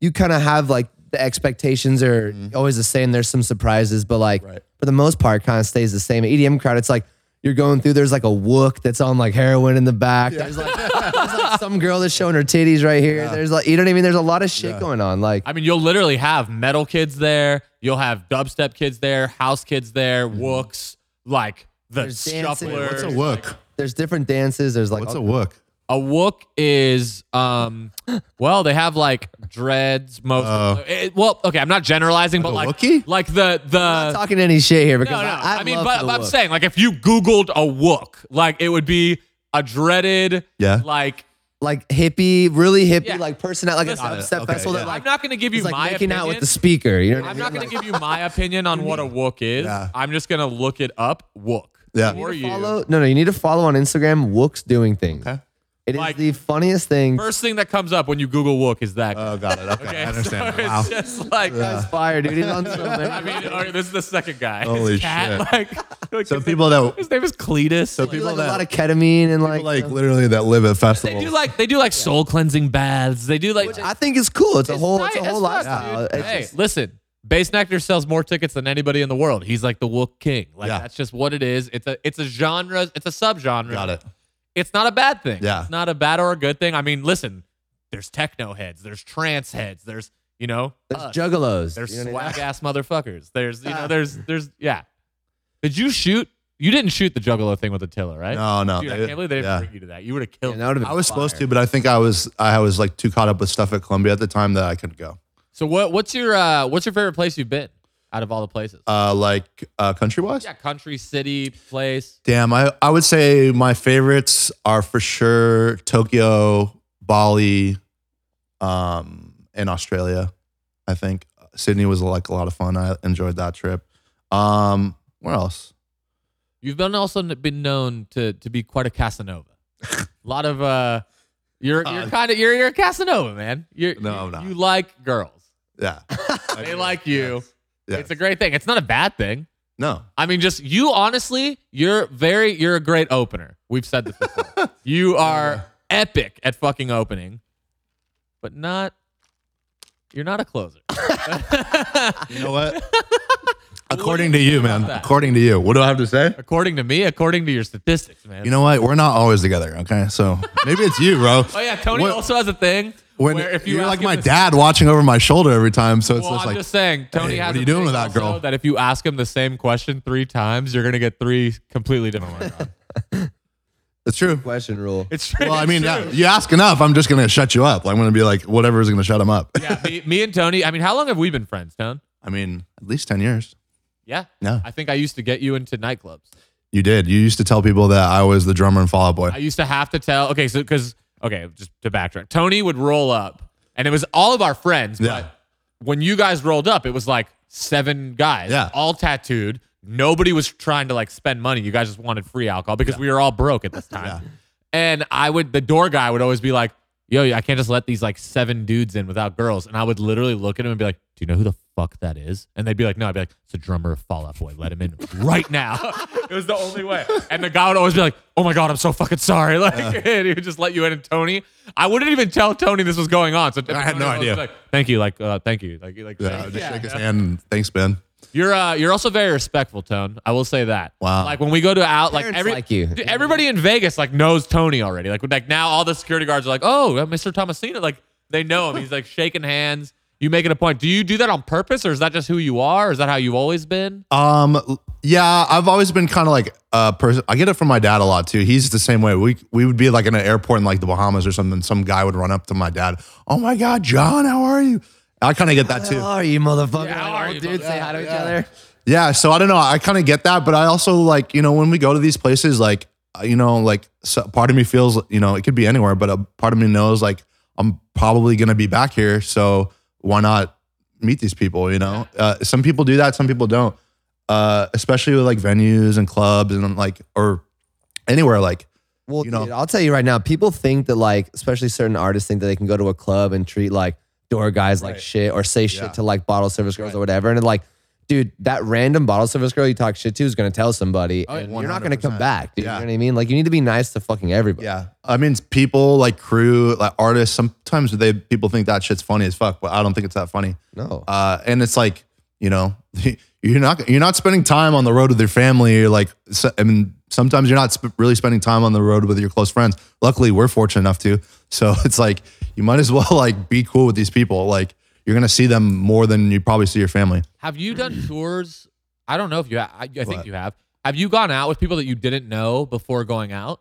you kind of have like the expectations are always the same. There's some surprises, but like Mm-hmm. Right. for the most part, kind of stays the same. At EDM E crowd, it's like you're going through. There's like a wook that's on like heroin in the back. There's, like, there's, like, some girl that's showing her titties right here. There's like you know what I mean. There's a lot of shit going on. Like I mean, you'll literally have metal kids there. You'll have dubstep kids there, house kids there, wooks, like the Mm-hmm. There's dancing. shuffler. What's What's a work? there's different dances. There's like What's a all- work? A wook is um well they have like dreads most Oh. it- well okay I'm not generalizing but a like Wookiee? like the I'm the not talking any shit here because Uh, no no I, I, I, mean love but, the but I'm wook. saying like if you googled a wook like it would be a dreaded Yeah. like like hippie, really hippie, Yeah. like, like personality, like Listen, an upstep okay, festival festival that, yeah. that I'm like not gonna give you like my making opinion out with the speaker. You know what I I'm mean? not gonna give you my opinion on what a wook is Yeah. I'm just gonna look it up wook Yeah. for you follow. No, no, you need to follow on Instagram. Wook's doing things. Okay. It is Like- the funniest thing. first thing that comes up when you Google wook is that guy. Oh, got it. Okay, Okay, I so understand. it's wow. just like Fire, dude. He's on so many- I mean, all right, this is the second guy. Holy His cat, shit. Like, like So his people that His name is Cletus. so Like, people like that a lot of ketamine and like, people like literally that live uh, at they do festivals. like they do like soul cleansing baths. They do like I think it's cool. It's, a whole, it's a It's whole fun, lifestyle. dude. It's hey, just- listen, Bass Nectar sells more tickets than anybody in the world. He's like the Wook King. Like Yeah. that's just what it is. It's a it's a genre. It's a subgenre. Got it. It's not a bad thing. Yeah. It's not a bad or a good thing. I mean, listen, there's techno heads. There's trance heads. There's you know there's us. juggalos. There's you know what I mean? Ah. swag ass motherfuckers. There's you know there's there's yeah. Did you shoot? You didn't shoot the Juggalo thing with the tiller, right? No, no. Dude, I they- can't believe they didn't yeah. bring you to that. You would have killed. Yeah, that would've been I was supposed fire. to, but I think I was I was like too caught up with stuff at Columbia at the time that I couldn't go. So what? What's your uh, what's your favorite place you've been out of all the places? Uh, like uh, country wise. yeah, country, city, place. Damn, I I would say my favorites are for sure Tokyo, Bali, um, and Australia. I think Sydney was like a lot of fun. I enjoyed that trip. Um, where else? You've been also n- been known to to be quite a Casanova. a lot of uh, you're you're Uh, kind of you're you're a Casanova man. You're, No, you, I'm not. You like girls. Yeah, They like you. Yes. It's a great thing. It's not a bad thing. no. I mean, just you honestly, you're very, you're a great opener. We've said this before. you are epic at fucking opening, but not, you're not a closer. You know what? according to you, man. that? According to you, what do I have to say? according to me, according to your statistics, man. You know what? We're not always together. Okay, so maybe it's you, bro. oh, yeah. Tony What- also has a thing When where if you you are ask like him my to- dad watching over my shoulder every time, so it's Well, just I'm like just saying, Tony "Hey, has what are a you doing thing with that also girl?" That if you ask him the same question three times, you're going to get three completely Oh different ones. it's true. question rule. It's Well, I it's mean, true. yeah, you ask enough, I'm just gonna shut you up. I'm gonna be like, whatever's gonna shut him up. yeah, me, me and Tony, I mean, how long have we been friends, Tone? I mean, at least ten years. Yeah. No. I think I used to get you into nightclubs. You did. You used to tell people that I was the drummer in Fall Out Boy. I used to have to tell. Okay, so because okay, just to backtrack, Tony would roll up, and it was all of our friends. Yeah. But when you guys rolled up, it was like seven guys, Yeah. all tattooed. Nobody was trying to like spend money. You guys just wanted free alcohol because we were all broke at this time. And I would, the door guy would always be like, "Yo, I can't just let these like seven dudes in without girls." And I would literally look at him and be like, "Do you know who the fuck that is?" And they'd be like, "No." I'd be like, "It's a drummer of Fall Out Boy. Let him in right now." it was the only way. And the guy would always be like, "Oh my god, I'm so fucking sorry." Like, and he would just let you in. And Tony, I wouldn't even tell Tony this was going on. So I had no idea. Like, thank you. Like, uh, thank you. Like, like, yeah, I thank would you. just shake his hand and thanks, Ben. You're uh, you're also very respectful, Tone. I will say that. Wow. Like when we go to out, like Parents every like you. Dude, everybody in Vegas like knows Tony already. Like like now all the security guards are like, oh, uh, Mr. Tomasino. Like they know him. He's like shaking hands. You make it a point. Do you do that on purpose, or is that just who you are? Or is that how you've always been? Um, yeah, I've always been kind of like a person. I get it from my dad a lot too. He's the same way. We we would be like in an airport in like the Bahamas or something. Some guy would run up to my dad. Oh my God, John, how are you? I kind of get that Who too. are you, motherfucker? Yeah, how Like, are all you, dudes say hi to each other. Yeah, so I don't know. I kind of get that, but I also like you know when we go to these places, like uh, you know, like so part of me feels you know it could be anywhere, but a part of me knows like I'm probably gonna be back here, so why not meet these people? You know, uh, some people do that, some people don't. Uh, especially with like venues and clubs and like or anywhere like Well, You know? dude, I'll tell you right now, people think that like, especially certain artists think that they can go to a club and treat like door guys like Right. shit or say shit Yeah. to like bottle service girls or whatever. And like, dude, that random bottle service girl you talk shit to is gonna tell somebody, yeah, and you're not gonna come Oh, 100%. back. Dude. Yeah. You know what I mean? Like, you need to be nice to fucking everybody. yeah. I mean, people like crew like artists. Sometimes they people think that shit's funny as fuck, but I don't think it's that funny. No. uh, and it's like you know you're not you're not spending time on the road with your family. You're like so- I mean sometimes you're not sp- really spending time on the road with your close friends. Luckily, we're fortunate enough to. So it's like you might as well like be cool with these people. Like you're gonna see them more than you probably see your family. Have you done tours? I don't know if you. Ha- I, I think What? you have. Have you gone out with people that you didn't know before going out?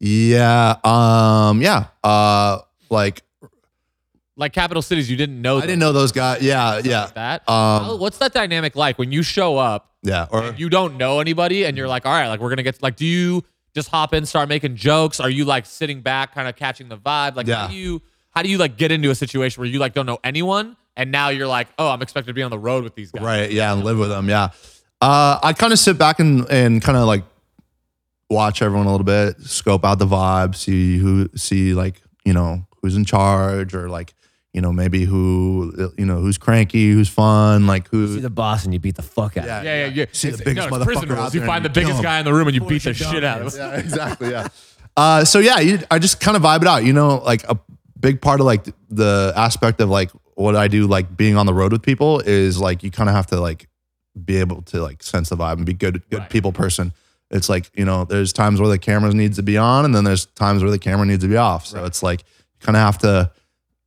Yeah. Um. Yeah. Uh. Like Like capital cities, you didn't know. I them, didn't know those guys. Yeah. Yeah. like that. How- Um. What's that dynamic like when you show up? Yeah. Or and You don't know anybody, and you're like, all right, like we're gonna get. Like, do you just hop in, start making jokes? Are you like sitting back, kind of catching the vibe? Like, how Yeah. do you how do you like get into a situation where you like don't know anyone, and now you're like, oh, I'm expected to be on the road with these guys. Right. Yeah, and live with them. Yeah. Uh, I kind of sit back and and kind of like watch everyone a little bit, scope out the vibe, see who see like you know who's in charge or like you know maybe who you know who's cranky, who's fun, like You see who. the boss and you beat the fuck out. of him. Yeah, yeah, yeah. See the It's- biggest no, it's prison motherfucker out rules. there You and find the you kill biggest him. guy in the room and you beat the shit out of him. Yeah, exactly. Yeah. Uh, so yeah, you, I just kind of vibe it out. You know, like a big part of like the aspect of like what I do, like being on the road with people, is like you kind of have to like be able to like sense the vibe and be good, good Right. people person. It's like you know, there's times where the camera needs to be on, and then there's times where the camera needs to be off. So it's like you kind of have to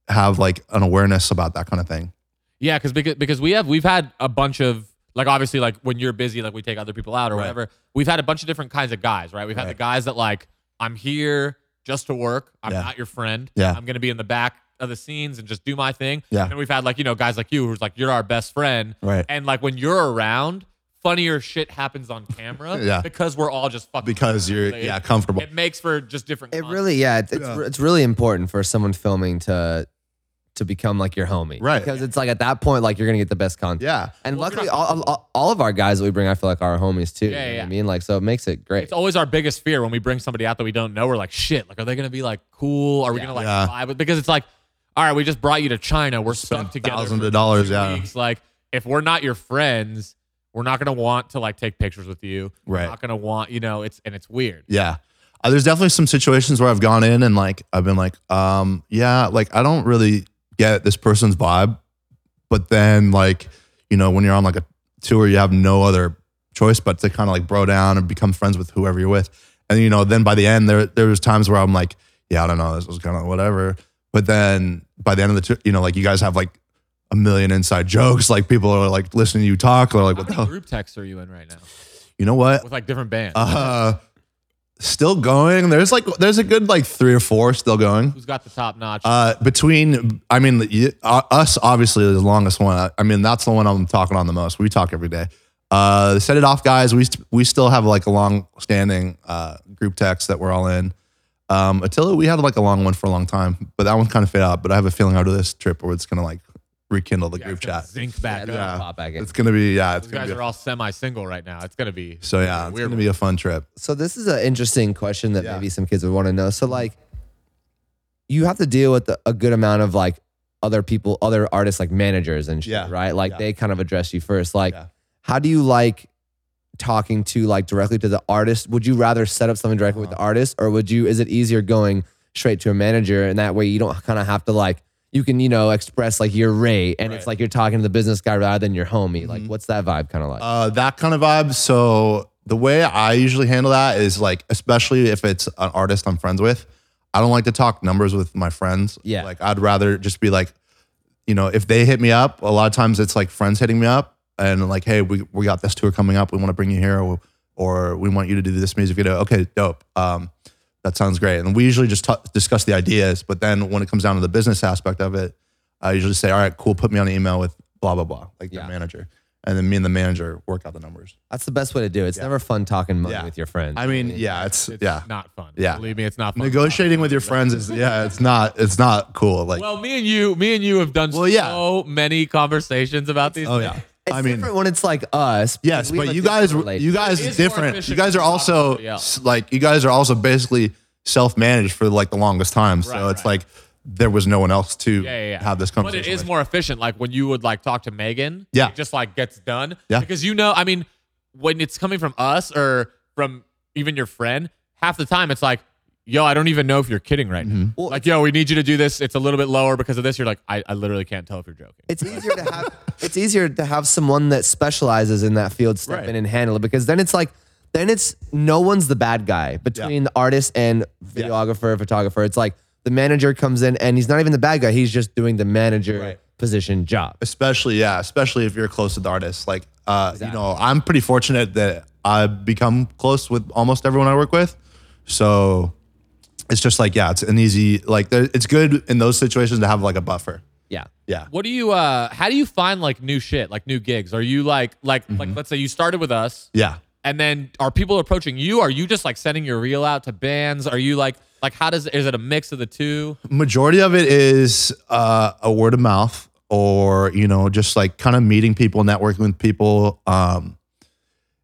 have like an awareness about that kind of thing. Yeah, because because we have we've had a bunch of like obviously like when you're busy like we take other people out or Right. whatever. We've had a bunch of different kinds of guys, right? We've had the Right. guys that like I'm here just to work. I'm Yeah. not your friend. Yeah. I'm gonna be in the back of the scenes and just do my thing. Yeah. And then we've had like you know guys like you who's like you're our best friend. Right. And like when you're around, funnier shit happens on camera. Yeah. Because we're all just fucking. Because you're Like, yeah comfortable. it makes for just different. It content. really, yeah, it's, it's, Yeah. it's really important for someone filming to to become like your homie, Right. Because it's like at that point, like you're gonna get the best content. Yeah. And Well, if you're luckily, not- all, all, all of our guys that we bring, I feel like are our homies too. Yeah, you know yeah, what yeah. I mean, like, so it makes it great. It's always our biggest fear when we bring somebody out that we don't know. We're like, shit, like, are they going to be like cool? Are we Yeah. going to like Yeah. vibe with? Because it's like, all right, we just brought you to China. We're stuck Spent together. thousands for of dollars, two yeah. weeks. Like, if we're not your friends, we're not going to want to like take pictures with you. We're Right. not going to want, you know, it's, and it's weird. Yeah. Uh, there's definitely some situations where I've gone in and like I've been like, um, yeah, like I don't really get this person's vibe. But then like, you know, when you're on like a tour, you have no other choice but to kind of like bro down and become friends with whoever you're with. And you know, then by the end there there was times where I'm like, yeah, I don't know, this was kind of whatever. But then by the end of the tour, you know, like you guys have like a million inside jokes. Like people are like listening to you talk. They're like, How what the many hell? group texts are you in right now You know what? with like different bands? Uh, still going. There's like there's a good like three or four still going. Who's got the top notch? Uh, between I mean the- uh, us obviously is the longest one. I, I mean that's the one I'm talking on the most. We talk every day. Uh, the set it off guys. We st- we still have like a long standing uh, group text that we're all in. Um, Attila, we had like a long one for a long time, but that one kind of fade out. But I have a feeling out of this trip where it's gonna like rekindle the Yeah, group it's gonna chat. Zinc back. they're up. gonna yeah. pop back in. It's gonna be yeah. It's Those gonna guys be are all semi single right now. It's going to be. so yeah. It's weird gonna be a fun trip. So this is an interesting question that Yeah. maybe some kids would want to know. So like, you have to deal with a good amount of like other people, other artists, like managers and shit, Yeah. right? Like Yeah. they kind of address you first. Like, Yeah. how do you like talking to like directly to the artist? Would you rather set up something directly with Uh-huh. the artist, or would you? Is it easier going straight to a manager, and that way you don't kind of have to like you can you know express like your rate, and it's Right. like you're talking to the business guy rather than your homie. Like, Mhm. what's that vibe kind of like? Uh, that kind of vibe. So the way I usually handle that is like, especially if it's an artist I'm friends with, I don't like to talk numbers with my friends. Yeah. Like I'd rather just be like, you know, if they hit me up, a lot of times it's like friends hitting me up and like, hey, we, we got this tour coming up. We want to bring you here or, or we want you to do this music video. Okay, dope. Um, that sounds great. And we usually just ta discuss the ideas. But then when it comes down to the business aspect of it, I usually say, all right, cool, put me on an email with blah, blah, blah, like Yeah. the manager. And then me and the manager work out the numbers. That's the best way to do it. It's Yeah. never fun talking money Yeah. with your friends. I mean, yeah, it's, It's yeah. not fun. Yeah. Believe me, it's not fun. Negotiating with your friends is yeah, it's not it's not cool. Like Well, me and you, me and you have done Well, yeah. so many conversations about these. oh things. yeah. It's I mean different when it's like us. yes, because we have but a you guys different relation- you guys It is is more different. You efficient guys to are also somebody else. s- like you guys are also basically self-managed for like the longest time. So Right, it's right. like there was no one else to yeah, yeah, yeah. have this But conversation. it is with. more efficient. Like when you would like talk to Megan, Yeah. it just like gets done. Yeah. because you know, I mean, when it's coming from us or from even your friend, half the time it's like, yo, I don't even know if you're kidding right Mm-hmm. now. Well, like, yo, we need you to do this. It's a little bit lower because of this. You're like, I, I literally can't tell if you're joking. It's easier to have. It's easier to have someone that specializes in that field step Right. in and handle it because then it's like then it's no one's the bad guy between the artist and videographer, photographer. It's like the manager comes in and he's not even the bad guy. He's just doing the manager position job. especially yeah especially if you're close to the artist like uh you know i'm pretty fortunate that i've become close with almost everyone i work with so it's just like yeah it's an easy like there, it's good in those situations to have like a buffer Yeah. yeah What do you uh how do you find like new shit, like new gigs? Are you like like like Mm-hmm. let's say you started with us yeah and then are people approaching you? Are you just like sending your reel out to bands? Are you like like how does is it a mix of the two? majority of it is uh, a word of mouth or you know just like kind of meeting people networking with people um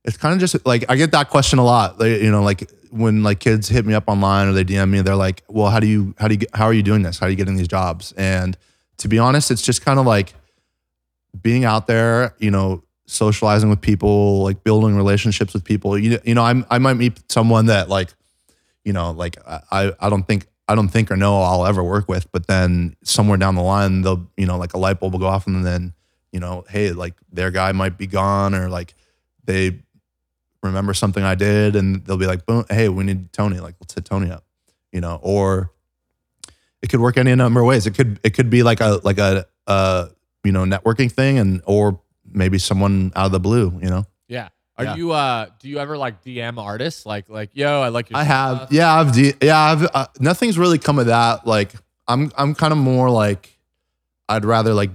it's kind of just like i get that question a lot They- you know like when like kids hit me up online or they dm me they're like well how do you how do you get- how are you doing this how are you getting these jobs and to be honest it's just kind of like being out there you know socializing with people like building relationships with people you, you know I'm, i might meet someone that like you know, like I- I, I don't think I don't think or know I'll ever work with, but then somewhere down the line they'll you know like a light bulb will go off and then you know hey like their guy might be gone or like they remember something I did and they'll be like boom hey we need Tony like let's hit Tony up you know or it could work any number of ways it could it could be like a like a uh you know networking thing and or maybe someone out of the blue you know Yeah. Are Yeah. you uh do you ever like DM artists like like yo, I like your I stuff. have, yeah, I've, de- yeah, I've. Uh, nothing's really come of that. Like, I'm, I'm kind of more like, I'd rather like,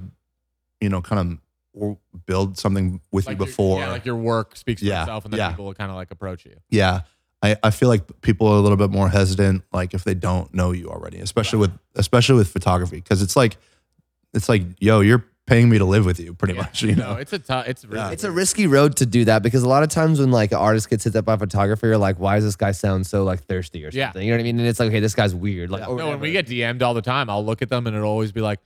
you know, kind of build something with like you your- before. yeah, Yeah, like your work speaks for Yeah, itself and then yeah. people will kind of like approach you. I, I feel like people are a little bit more hesitant, like if they don't know you already, especially with, especially with photography, because it's like, it's like, yo, you're paying me to live with you, pretty Yeah. much, you know. No, it's a tough it's really Yeah. It's a risky road to do that because a lot of times when like an artist gets hit up by a photographer, you're like, why does this guy sound so like thirsty or something? Yeah. You know what I mean? And it's like, okay, this guy's weird. Like, or No, when we whatever. get DM'd all the time, I'll look at them and it'll always be like,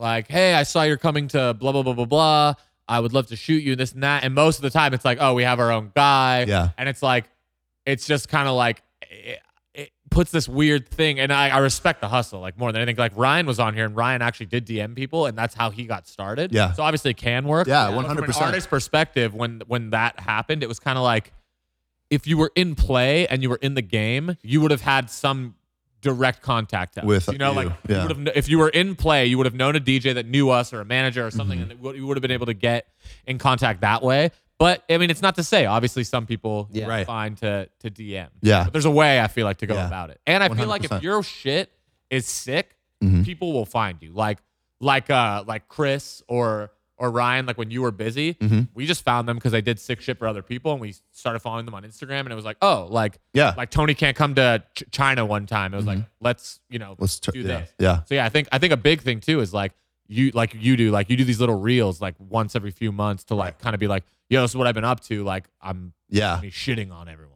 like, hey, I saw you're coming to blah blah blah blah blah. I would love to shoot you this and that. And most of the time, it's like, oh, we have our own guy. Yeah. And it's like, it's just kind of like, it, it puts this weird thing. And I, I respect the hustle like more than anything. Like Ryan was on here, and Ryan actually did DM people, and that's how he got started. Yeah. So obviously, it can work. Yeah, But From 100%. an artist perspective, when when that happened, it was kind of like if you were in play and you were in the game, you would have had some direct contact to us. With you know, like you, you yeah. would have, kn- if you were in play, you would have known a DJ that knew us or a manager or something, Mm-hmm. and it would- you would have been able to get in contact that way. But I mean, it's not to say. Obviously, some people Yeah. are Right. find to to DM. Yeah. but there's a way I feel like to go Yeah. about it, and I feel like if 100%. your shit is sick, Mhm. people will find you. Like like uh like Chris or or Ryan, like when you were busy, Mhm. we just found them because they did sick shit for other people, and we started following them on Instagram, and it was like, oh, like Yeah. like Tony can't come to Ch- China one time. It was like, let's you know, Mm-hmm. Let's tr- do yeah, this. yeah. So yeah, I think I think a big thing too is like you like you do like you do these little reels like once every few months to like kind of be like, yo, this is what I've been up to. Like I'm Yeah. be shitting on everyone.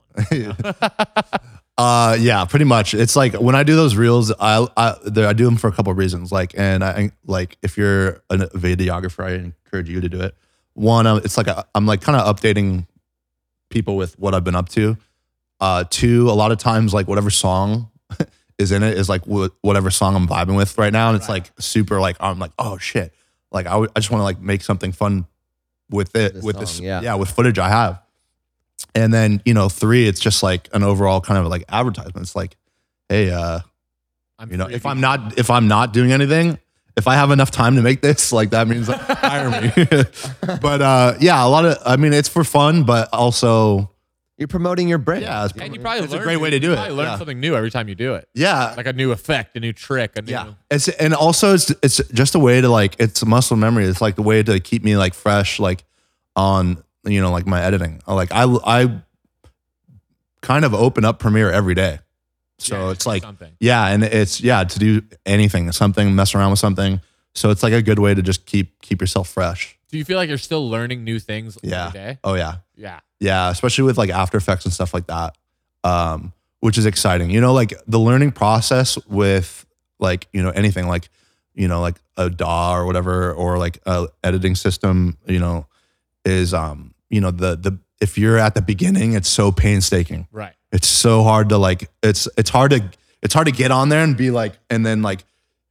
Uh, yeah, pretty much. It's like when I do those reels, I I, there- I do them for a couple of reasons. Like, and I like if you're a videographer, I encourage you to do it. One, um, it's like i I'm like kind of updating people with what I've been up to. Uh, two, a lot of times like whatever song is in it is like wh- whatever song I'm vibing with right now, and it's like super like I'm like oh shit, like I would- I just want to like make something fun with it This with this song, yeah. yeah with footage I have. And then you know three, it's just like an overall kind of like advertisement. It's like, hey, uh, I'm you know, free if you- I'm not if I'm not doing anything, if I have enough time to make this, like that means hire me. but uh, yeah, a lot of I mean, it's for fun, but also You're promoting your brand. yeah, it's, and you probably it's learn a great way to do you it. probably Learn yeah. something new every time you do it, yeah, like a new effect, a new trick, a new. yeah. It's and also it's it's just a way to like it's muscle memory. It's like the way to keep me like fresh, like on you know like my editing. Like I I kind of open up Premiere every day, so Yeah, it's like something. yeah, and it's yeah to do anything, something, mess around with something. So it's like a good way to just keep keep yourself fresh. Do you feel like you're still learning new things Yeah. every day? Oh yeah, Yeah. yeah, especially with like After Effects and stuff like that, um, which is exciting. You know, like the learning process with like you know anything like you know like a DAW or whatever or like a editing system. You know, is um you know the the if you're at the beginning, it's so painstaking. Right. It's so hard to like it's it's hard to it's hard to get on there and be like and then like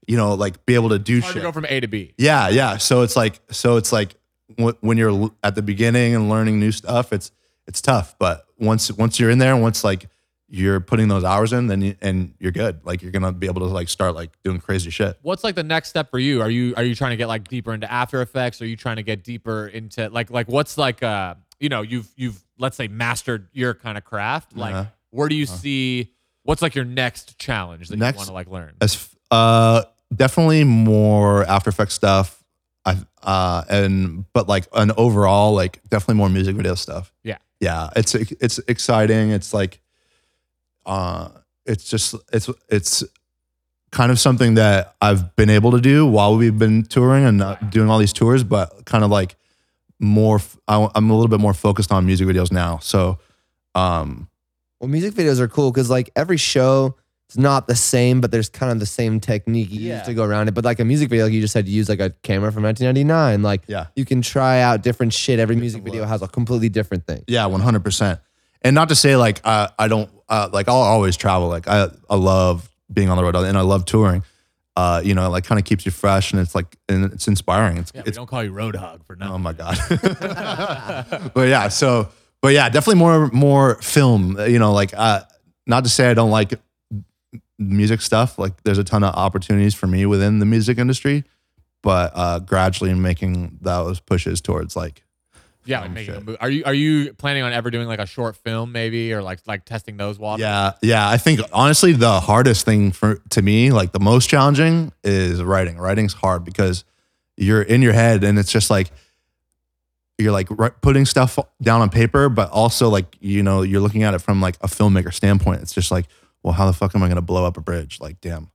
you know like be able to do Hard shit. to go from A to B. Yeah, yeah. So it's like, so it's like wh- when you're l- at the beginning and learning new stuff, it's it's tough. But once once you're in there, once like you're putting those hours in, then you, and you're good. Like you're gonna be able to like start like doing crazy shit. What's like the next step for you? Are you are you trying to get like deeper into After Effects? Are you trying to get deeper into like like what's like uh you know you've you've let's say mastered your kind of craft? Like Uh-huh. where do you see what's like your next challenge that Next- you want to like learn? As f- uh, definitely more After Effects stuff. I uh, and but like an overall like definitely more music video stuff. Yeah. yeah. It's it's exciting. It's like, uh, it's just it's it's kind of something that I've been able to do while we've been touring and uh, doing all these tours, but kind of like more. f- I, am a little bit more focused on music videos now. So, um, Well, music videos are cool because like every show it's not the same, but there's kind of the same technique you Yeah. use to go around it. But like a music video, like you just had to use like a camera from 1999. Like Yeah. you can try out different shit. Every music video looks. has a completely different thing. Yeah, one hundred percent. And not to say like I, I don't uh, like I'll always travel. Like I I love being on the road and I love touring. Uh, you know, it, like kind of keeps you fresh and it's like and it's inspiring. It's, yeah, we it's don't call you Roadhog for oh nothing. my god. but yeah, so but yeah, definitely more more film. You know, like uh, not to say I don't like music stuff. Like there's a ton of opportunities for me within the music industry, but uh, gradually making those pushes towards like yeah, like um, making a shit. movie. Are you are you planning on ever doing like a short film maybe or like like testing those waters? Yeah, yeah. I think honestly, the hardest thing for to me, like the most challenging, is writing. Writing's hard because you're in your head, and it's just like you're like ri- putting stuff down on paper, but also like you know you're looking at it from like a filmmaker standpoint. It's just like, well, how the fuck am I gonna blow up a bridge? Like, damn,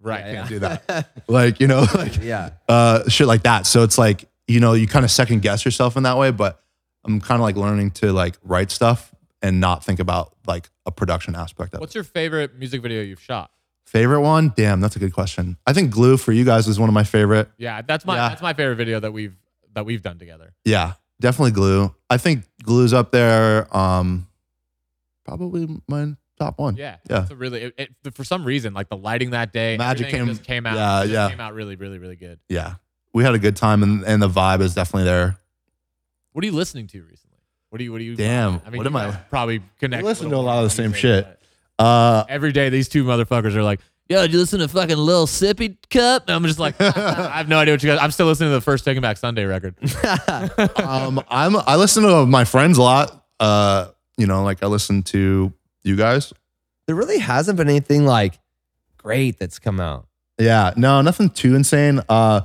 Right. Yeah, yeah. do that. like, you know, like Yeah. uh, shit like that. So it's like, you know, you kind of second guess yourself in that way, but I'm kind of like learning to like write stuff and not think about like a production aspect of it. What's your favorite music video you've shot? Favorite one? Damn, that's a good question. I think Glue for you guys is one of my favorite. Yeah, that's my Yeah. that's my favorite video that we've that we've done together. Yeah, definitely Glue. I think Glue's up there. Um, probably my top one. Yeah, Yeah. It's a really it, it, for some reason like the lighting that day, Magic everything came- just came out. yeah, it just yeah. came out really, really, really good. Yeah. We had a good time and, and the vibe is definitely there. What are you listening to recently? What do you? What do you? Damn, I mean, what you am I- guys probably connect. I listen little to a lot of more the than same you shit. but Uh, Every day, these two motherfuckers are like, "Yo, did you listen to fucking Lil Sippy Cup?" And I'm just like, I have no idea what you guys. I'm still listening to the first Taking Back Sunday record. um, I'm I listen to my friends a lot. Uh, you know, like I listen to you guys. There really hasn't been anything like great that's come out. Yeah, no, nothing too insane. Uh,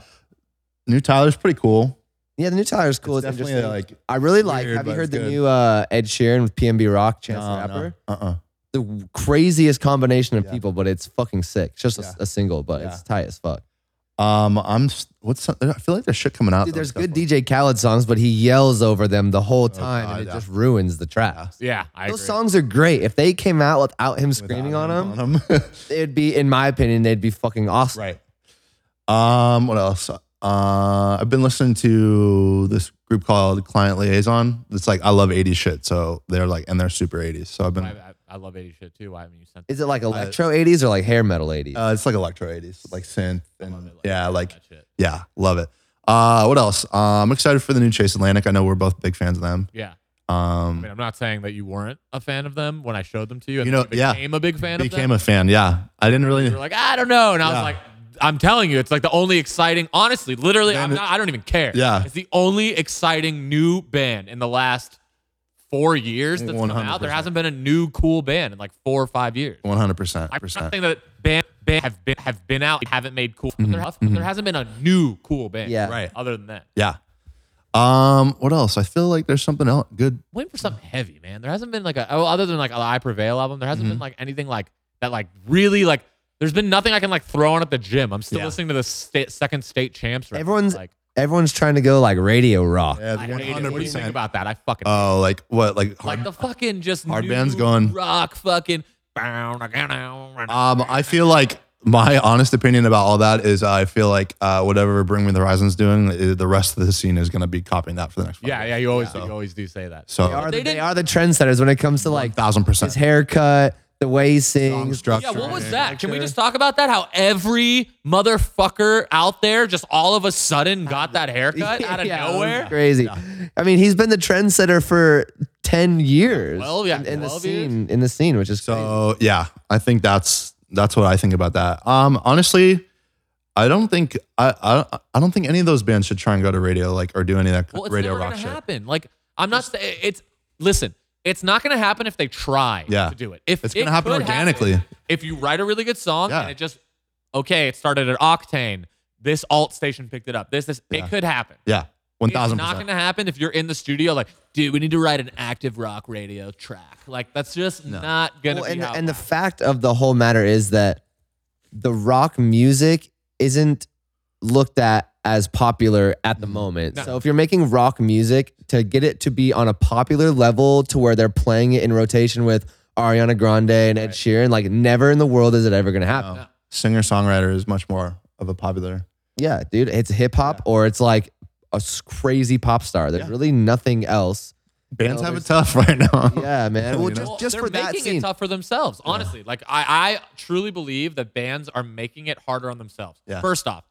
new Tyler's pretty cool. Yeah, the new Tyler's cool. It's, definitely interesting. like I really like. weird, Have you but heard it's the good. new uh, Ed Sheeran with PMB Rock, Chance the no, no, Rapper? uh-uh. the craziest combination of Yeah. people, but it's fucking sick. It's just Yeah. a, a single, but Yeah. it's tight as fuck. Um, I'm s- what's I feel like there's shit coming out. Dude, though. there's good DJ Khaled songs, but he yells over them the whole time, Oh, God, and it yeah. just ruins the tracks. Yeah, I Those agree. songs are great. If they came out without him screaming Without on them, him on 'em. it'd be, in my opinion, they'd be fucking awesome. right. Um, what else? Uh, I've been listening to this group called Client Liaison. It's like I love 80s shit, so they're like, and they're super 80s. So I've I, been, I, I love 80 shit too. Why haven't you sent? Is it like electro '80s or like hair metal '80s? uh, it's like electro 80s, like synth, I love and it, yeah, like that shit. yeah, love it. Uh, what else? Uh, I'm excited for the new Chase Atlantic. I know we're both big fans of them. Yeah, I Um, mean, I'm not saying that you weren't a fan of them when I showed them to you. And You then know, yeah. became a big fan. of them. became a fan. Yeah, I didn't really. You're like, I don't know. And I was Yeah. like, I'm telling you, it's like the only exciting, honestly, literally, I'm Then- not, I don't even care. Yeah. It's the only exciting new band in the last four years that's come out. There 100%. hasn't been a new cool band in like four or five years. One hundred percent. I'm not saying that band, band have been have been out, haven't made cool. There, has, there hasn't been a new cool band. Yeah. Mm-hmm. Right. Other than that, Yeah. Um. What else? I feel like there's something else good. waiting for Mm. something heavy, man. There hasn't been like a oh, other than like a I Prevail album. There Mm-hmm. hasn't been like anything like that. Like really like. There's been nothing I can like throw on at the gym. I'm still Yeah. listening to the sta- second state champs. Record. Everyone's- like, Everyone's trying to go like radio rock. Yeah, I hate it. What do you think about that? I fucking Oh, like what? Like, like the fucking just hard new band's Uh, going- rock fucking. um. I feel like my honest opinion about all that is, I feel like uh, whatever Bring Me the Horizon's doing, uh, the rest of the scene is gonna be copying that for the next. five yeah, years. yeah. You always So- you always do say that. So They are, They the, they didn't- are the trendsetters when it comes to like thousand percent. his haircut, the way he sings. Yeah, what was structuring. that? Can we just talk about that? How every motherfucker out there just all of a sudden got that haircut out of Yeah, it was nowhere? Crazy. I mean, he's been the trendsetter for ten years. 12, yeah, in, in the 12 years. scene, in the scene, which is crazy. So yeah, I think that's that's what I think about that. Um, honestly, I don't think I I, I don't think any of those bands should try and go to radio like or do any of that Well, it's radio never rock gonna shit. happen. Like I'm not. sa- It's listen. It's not gonna happen if they try Yeah. to do it. If It's it gonna happen could organically. if you write a really good song Yeah. and it just okay, it started at octane. This alt station picked it up. This this Yeah. it could happen. Yeah, one thousand It's not percent. gonna happen if you're in the studio like, dude, we need to write an active rock radio track. Like that's just not gonna Well, be and, how it and the happens. fact of the whole matter is that the rock music isn't looked at as popular at the moment. Mm. No. So if you're making rock music to get it to be on a popular level to where they're playing it in rotation with Ariana Grande and Ed Sheeran, like never in the world is it ever going to happen. Singer songwriter is much more of a popular. Yeah, dude, it's hip hop or it's like a s- crazy pop star. There's Yeah. really nothing else. Bands No, have it there's- tough right now. Yeah, man. Well, You just, know? just they're for that making scene. it tough for themselves. Honestly, like I, I truly believe that bands are making it harder on themselves. Yeah. First off,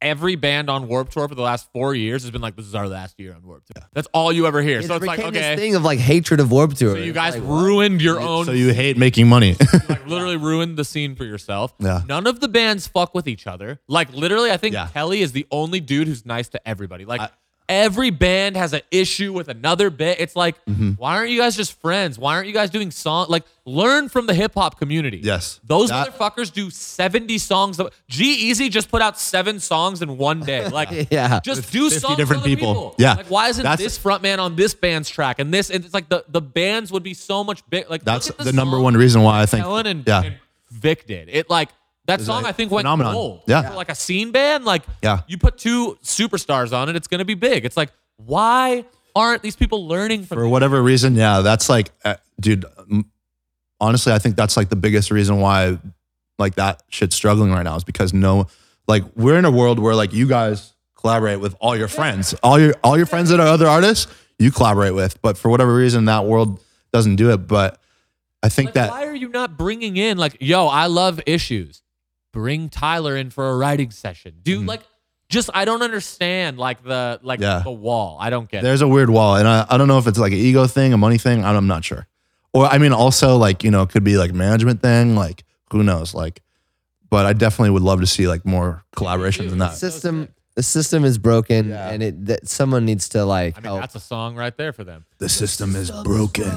every band on Warp Tour for the last four years has been like, "This is our last year on Warp Tour." That's all you ever hear. so it's like, became this okay, thing of like hatred of Warped Tour. so you guys ruined your own, So you hate making money. like literally ruined the scene for yourself. Yeah. None of the bands fuck with each other. Like literally, I think Yeah. Kelly is the only dude who's nice to everybody. Like. Every band has an issue with another bit. It's like, Mm-hmm. why aren't you guys just friends? Why aren't you guys doing song? Like, learn from the hip hop community. yes. Those That- motherfuckers do 70 songs. G Easy just put out seven songs in one day. Like, Yeah. just do 50 songs different for other people. Yeah. Like, why isn't That's- this frontman on this band's track and this? And it's like the, the bands would be so much big. Like, That's look at the number song one reason why I think. Ellen and, yeah. and Vic did. It like, that song a I think went phenomenon. gold. Yeah. For like a scene band, like, Yeah. you put two superstars on it, it's going to be big. It's like, why aren't these people learning from for whatever reason, yeah, that's like, uh, dude. m- Honestly, I think that's like the biggest reason why, like that shit's struggling right now is because no, like we're in a world where like you guys collaborate with all your friends, all your all your friends that are other artists, you collaborate with, but for whatever reason, that world doesn't do it. But I think Like, that why are you not bringing in like, yo, I love issues. Bring Tyler in for a writing session, dude. Like, just I don't understand like the like Mm-hmm. Yeah. the wall. I don't get it. There's a weird wall, and I, I don't know if it's like an ego thing, a money thing. I'm, I'm not sure. Or I mean, also like you know, it could be like management thing. Like who knows? Like, but I definitely would love to see like more collaboration than The that. system the system is broken and it that someone needs to like I mean, help. that's a song right there for them. The system is broken.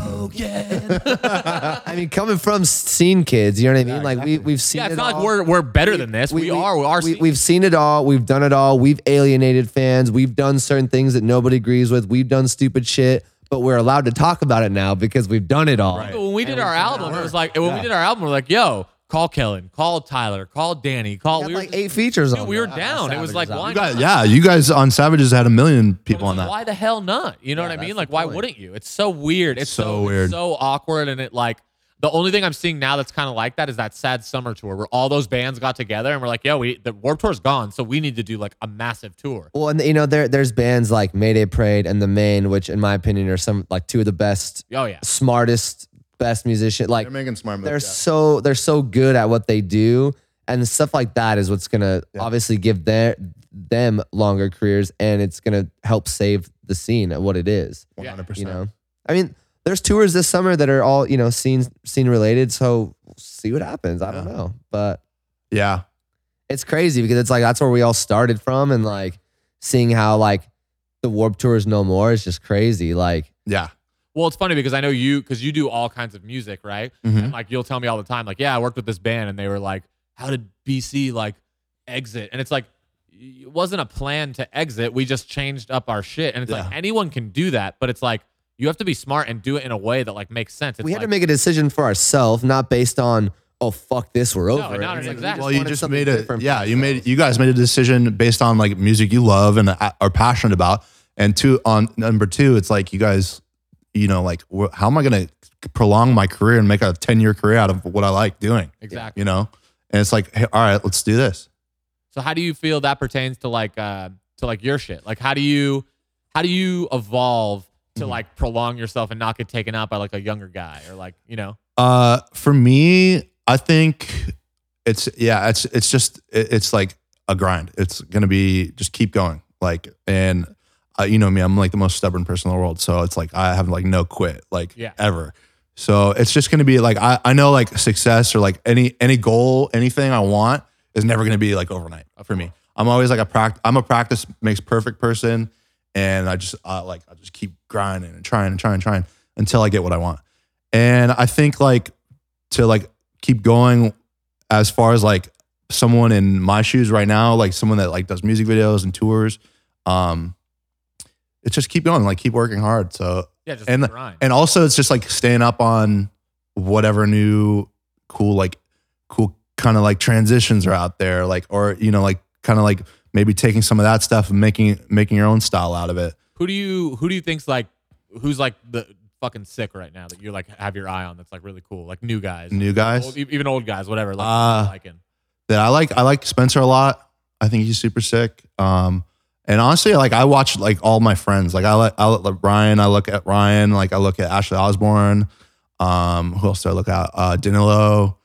oh, I mean, coming from scene kids, you know what I mean? Like we we've seen Yeah, it it's not all. like we're we're better than this. We, are. We are. We, we've seen it all. We've done it all. We've alienated fans. We've done certain things that nobody agrees with. We've done stupid shit, but we're allowed to talk about it now because we've done it all. But when we did our album, it was like when we did our album, we're like, yo, call Kellen, call Tyler, call Danny, call. We had We were, like eight features dude, on we were that. down. It was Savage's like, album. why You guys, yeah, you guys on Savages had a million people on It's like, that. Why the hell not? You know what I mean? Like, why wouldn't you? It's so weird. It's so, So it's weird. so awkward, and it like the only thing I'm seeing now that's kind of like that is that sad summer tour where all those bands got together and we're like, yo, we the Warp Tour's gone, so we need to do like a massive tour. Well, and you know, there there's bands like Mayday Parade and The Main, which in my opinion are some like two of the best, Oh yeah, smartest, best musician. Like They're making smart moves. they're so they're so good at what they do, and stuff like that is what's gonna obviously give their them longer careers, and it's gonna help save the scene at what it is. One hundred You percent. know, I mean, there's tours this summer that are all you know scene scene related, so we'll see what happens. I don't Yeah. know, but Yeah, it's crazy because it's like that's where we all started from and like seeing how like the warp tour is no more is just crazy like yeah. Well, it's funny because I know you because you do all kinds of music, right? Mhm. Mm-hmm. And like you'll tell me all the time, like, yeah, I worked with this band, and they were like, how did BC like exit? And it's like, it wasn't a plan to exit. We just changed up our shit, and it's like Yeah. anyone can do that, but it's like you have to be smart and do it in a way that like makes sense. It's we had like, to make a decision for ourselves not based on oh fuck this we're over no, it. it's We exact- Well, you wanted just something made a different. yeah. You made you guys made a decision based on like music you love and uh, are passionate about. And two on number two, it's like you guys, you know, like wh- how am I gonna prolong my career and make a ten year career out of what I like doing? exactly. You know, and it's like, hey, all right, let's do this. So how do you feel that pertains to like uh, to like your shit? Like how do you how do you evolve Mm-hmm. to like prolong yourself and not get taken out by like a younger guy or like you know? Uh, for me, I think it's yeah, it's it's just it- it's like a grind. It's gonna be just keep going, like, and uh, you know me, I'm like the most stubborn person in the world. So it's like I have like no quit, like Yeah. ever. So it's just gonna be like I, I know like success or like any any goal, anything I want is never gonna be like overnight for me. I'm always like a practice. I'm a practice makes perfect person, and I just uh, like I just keep grinding and trying and trying and trying until I get what I want. And I think like to like keep going as far as like someone in my shoes right now, like someone that like does music videos and tours, um, it's just keep going, like keep working hard. So Yeah, just And- grind. and also it's just like staying up on whatever new cool like cool kind of like transitions are out there like or you know like kind of like maybe taking some of that stuff and making making your own style out of it who do you who do you think's like who's like the fucking sick right now that you like have your eye on that's like really cool like new guys new guys old, e- even old guys whatever like Uh, liking. that i like i like spencer a lot i think he's super sick um and honestly like i watch like all my friends like i like i like ryan i look at ryan like i look at ashley osborne um who else do i look at uh danilo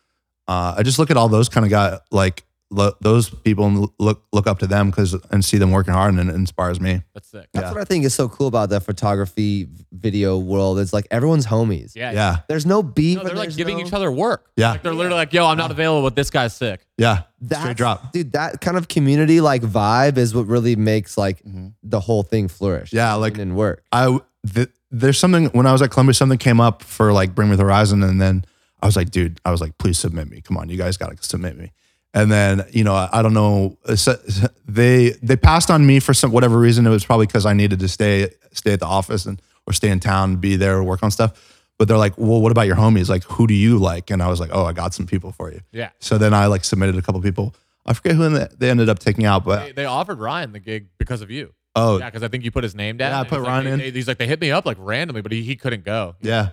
uh, I just look at all those kind of guy like lo- those people and look look up to them because and see them working hard and it inspires me. that's sick That's what I think is so cool about the photography video world. It's like everyone's homies. yeah Yeah, There's no beef. No, and they're like there's giving no- each other work Yeah. like they're literally like yo i'm not available but this guy's sick yeah, That's, straight drop. dude. That kind of community like vibe is what really makes like the whole thing flourish. Mm-hmm. Yeah, like- and work. I w- th- there's something when I was at Columbia, something came up for like Bring Me the Horizon, and then I was like, dude, I was like, please submit me. Come on, you guys gotta submit me. And then you know, I, I don't know, it's- they they passed on me for some whatever reason. It was probably because I needed to stay stay at the office and or stay in town, be there, work on stuff. But they're like, well, what about your homies? Like, who do you like? And I was like, oh, I got some people for you. yeah So then I like submitted a couple people. I forget who in the- they ended up taking out, they, but they offered ryan the gig because of you oh yeah because i think you put his name down Yeah, I and put he's like- Ryan in. they- they- he's like they hit me up like randomly but he, he couldn't go yeah,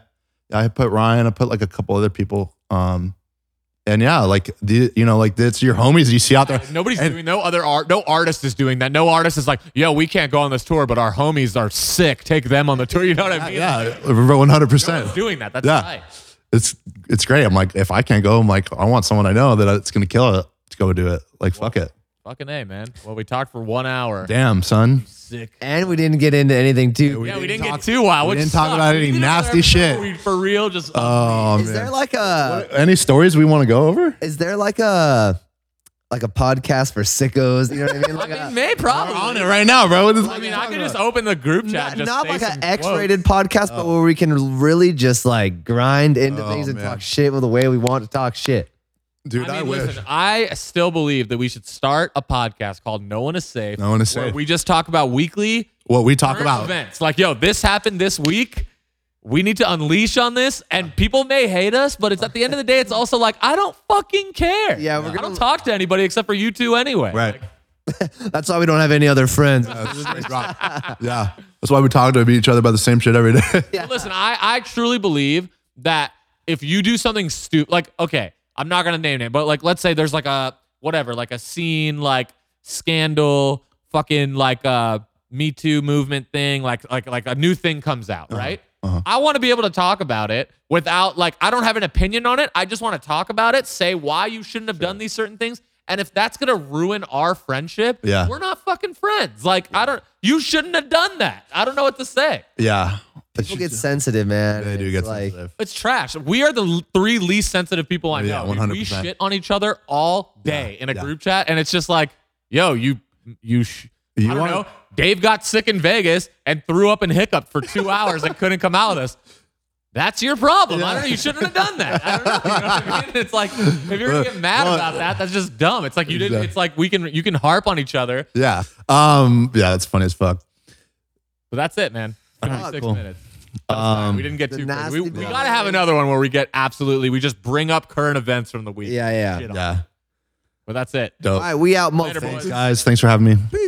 I put Ryan. I put like a couple other people. Um, and yeah, like the you know like it's your homies you see out there. Nobody's doing no other art. No artist is doing that. No artist is like, yo, we can't go on this tour, but our homies are sick. Take them on the tour. You know what I mean? Yeah, one hundred No percent. one's doing that. That's Yeah. right. It's it's great. I'm like if I can't go, I'm like I want someone I know that it's gonna kill it to go do it. Like fuck it, Fucking a man. Well, we talked for one hour. damn son. Sick. And we didn't get into anything too. yeah, we didn't didn't talk- get too wild. we which didn't talk sucks. about We any didn't nasty ever know. shit. We for real just. Oh is there man, Uh, like a? any stories we want to go over? Is there like a? Like a podcast for sickos, you know what I mean? Like I a- mean, may probably. On it right now, bro. What is- I mean, I could just open the group chat. not, and just not say like some an quotes. X-rated podcast, but where we can really just like grind into Oh, things and man. talk shit with the way we want to talk shit. dude. I I mean, wish. listen, I still believe that we should start a podcast called No One Is Safe. No One Is where Safe. We just talk about weekly What we talk current about? events. Like, yo, this happened this week. We need to unleash on this, and people may hate us, but it's at the end of the day, it's also like I don't fucking care. Yeah, we're I don't gonna- talk to anybody except for you two anyway. Right. That's why we don't have any other friends. yeah. That's why we talk to each other about the same shit every day. But Listen, I I truly believe that if you do something stupid, like okay, I'm not gonna name it, but like let's say there's like a whatever, like a scene, like scandal, fucking like uh Me Too movement thing, like like like a new thing comes out, right? I want to be able to talk about it without like I don't have an opinion on it. I just want to talk about it, say why you shouldn't have done these certain things. And if that's gonna ruin our friendship, Yeah. we're not fucking friends. Like I don't you shouldn't have done that. I don't know what to say. Yeah. People get sensitive, man. They do It's get like, sensitive. It's trash. We are the l- three least sensitive people I know. Yeah, Like, We 100%. shit on each other all day in a yeah. group chat, and it's just like, yo, you, you, sh- You I don't wanna- know. Dave got sick in Vegas and threw up and hiccuped for two hours and couldn't come out with us. That's your problem. I don't know. You shouldn't have done that. I don't know. You know what I mean? It's like if you're gonna get mad Well- about that, that's just dumb. It's like you didn't. Exactly. It's like we can you can harp on each other, Yeah. Um, yeah, that's funny as fuck. but that's it, man. Six Ah, Cool. minutes. That was Um, fine. we didn't get the too. crazy. nasty We, we thing- gotta have another one where we get absolutely. We just bring up current events from the week. Yeah, yeah. Shit on it. Yeah. But that's it. All Dope. right, we out, Later, motherfuckers. boys. Guys, thanks for having me.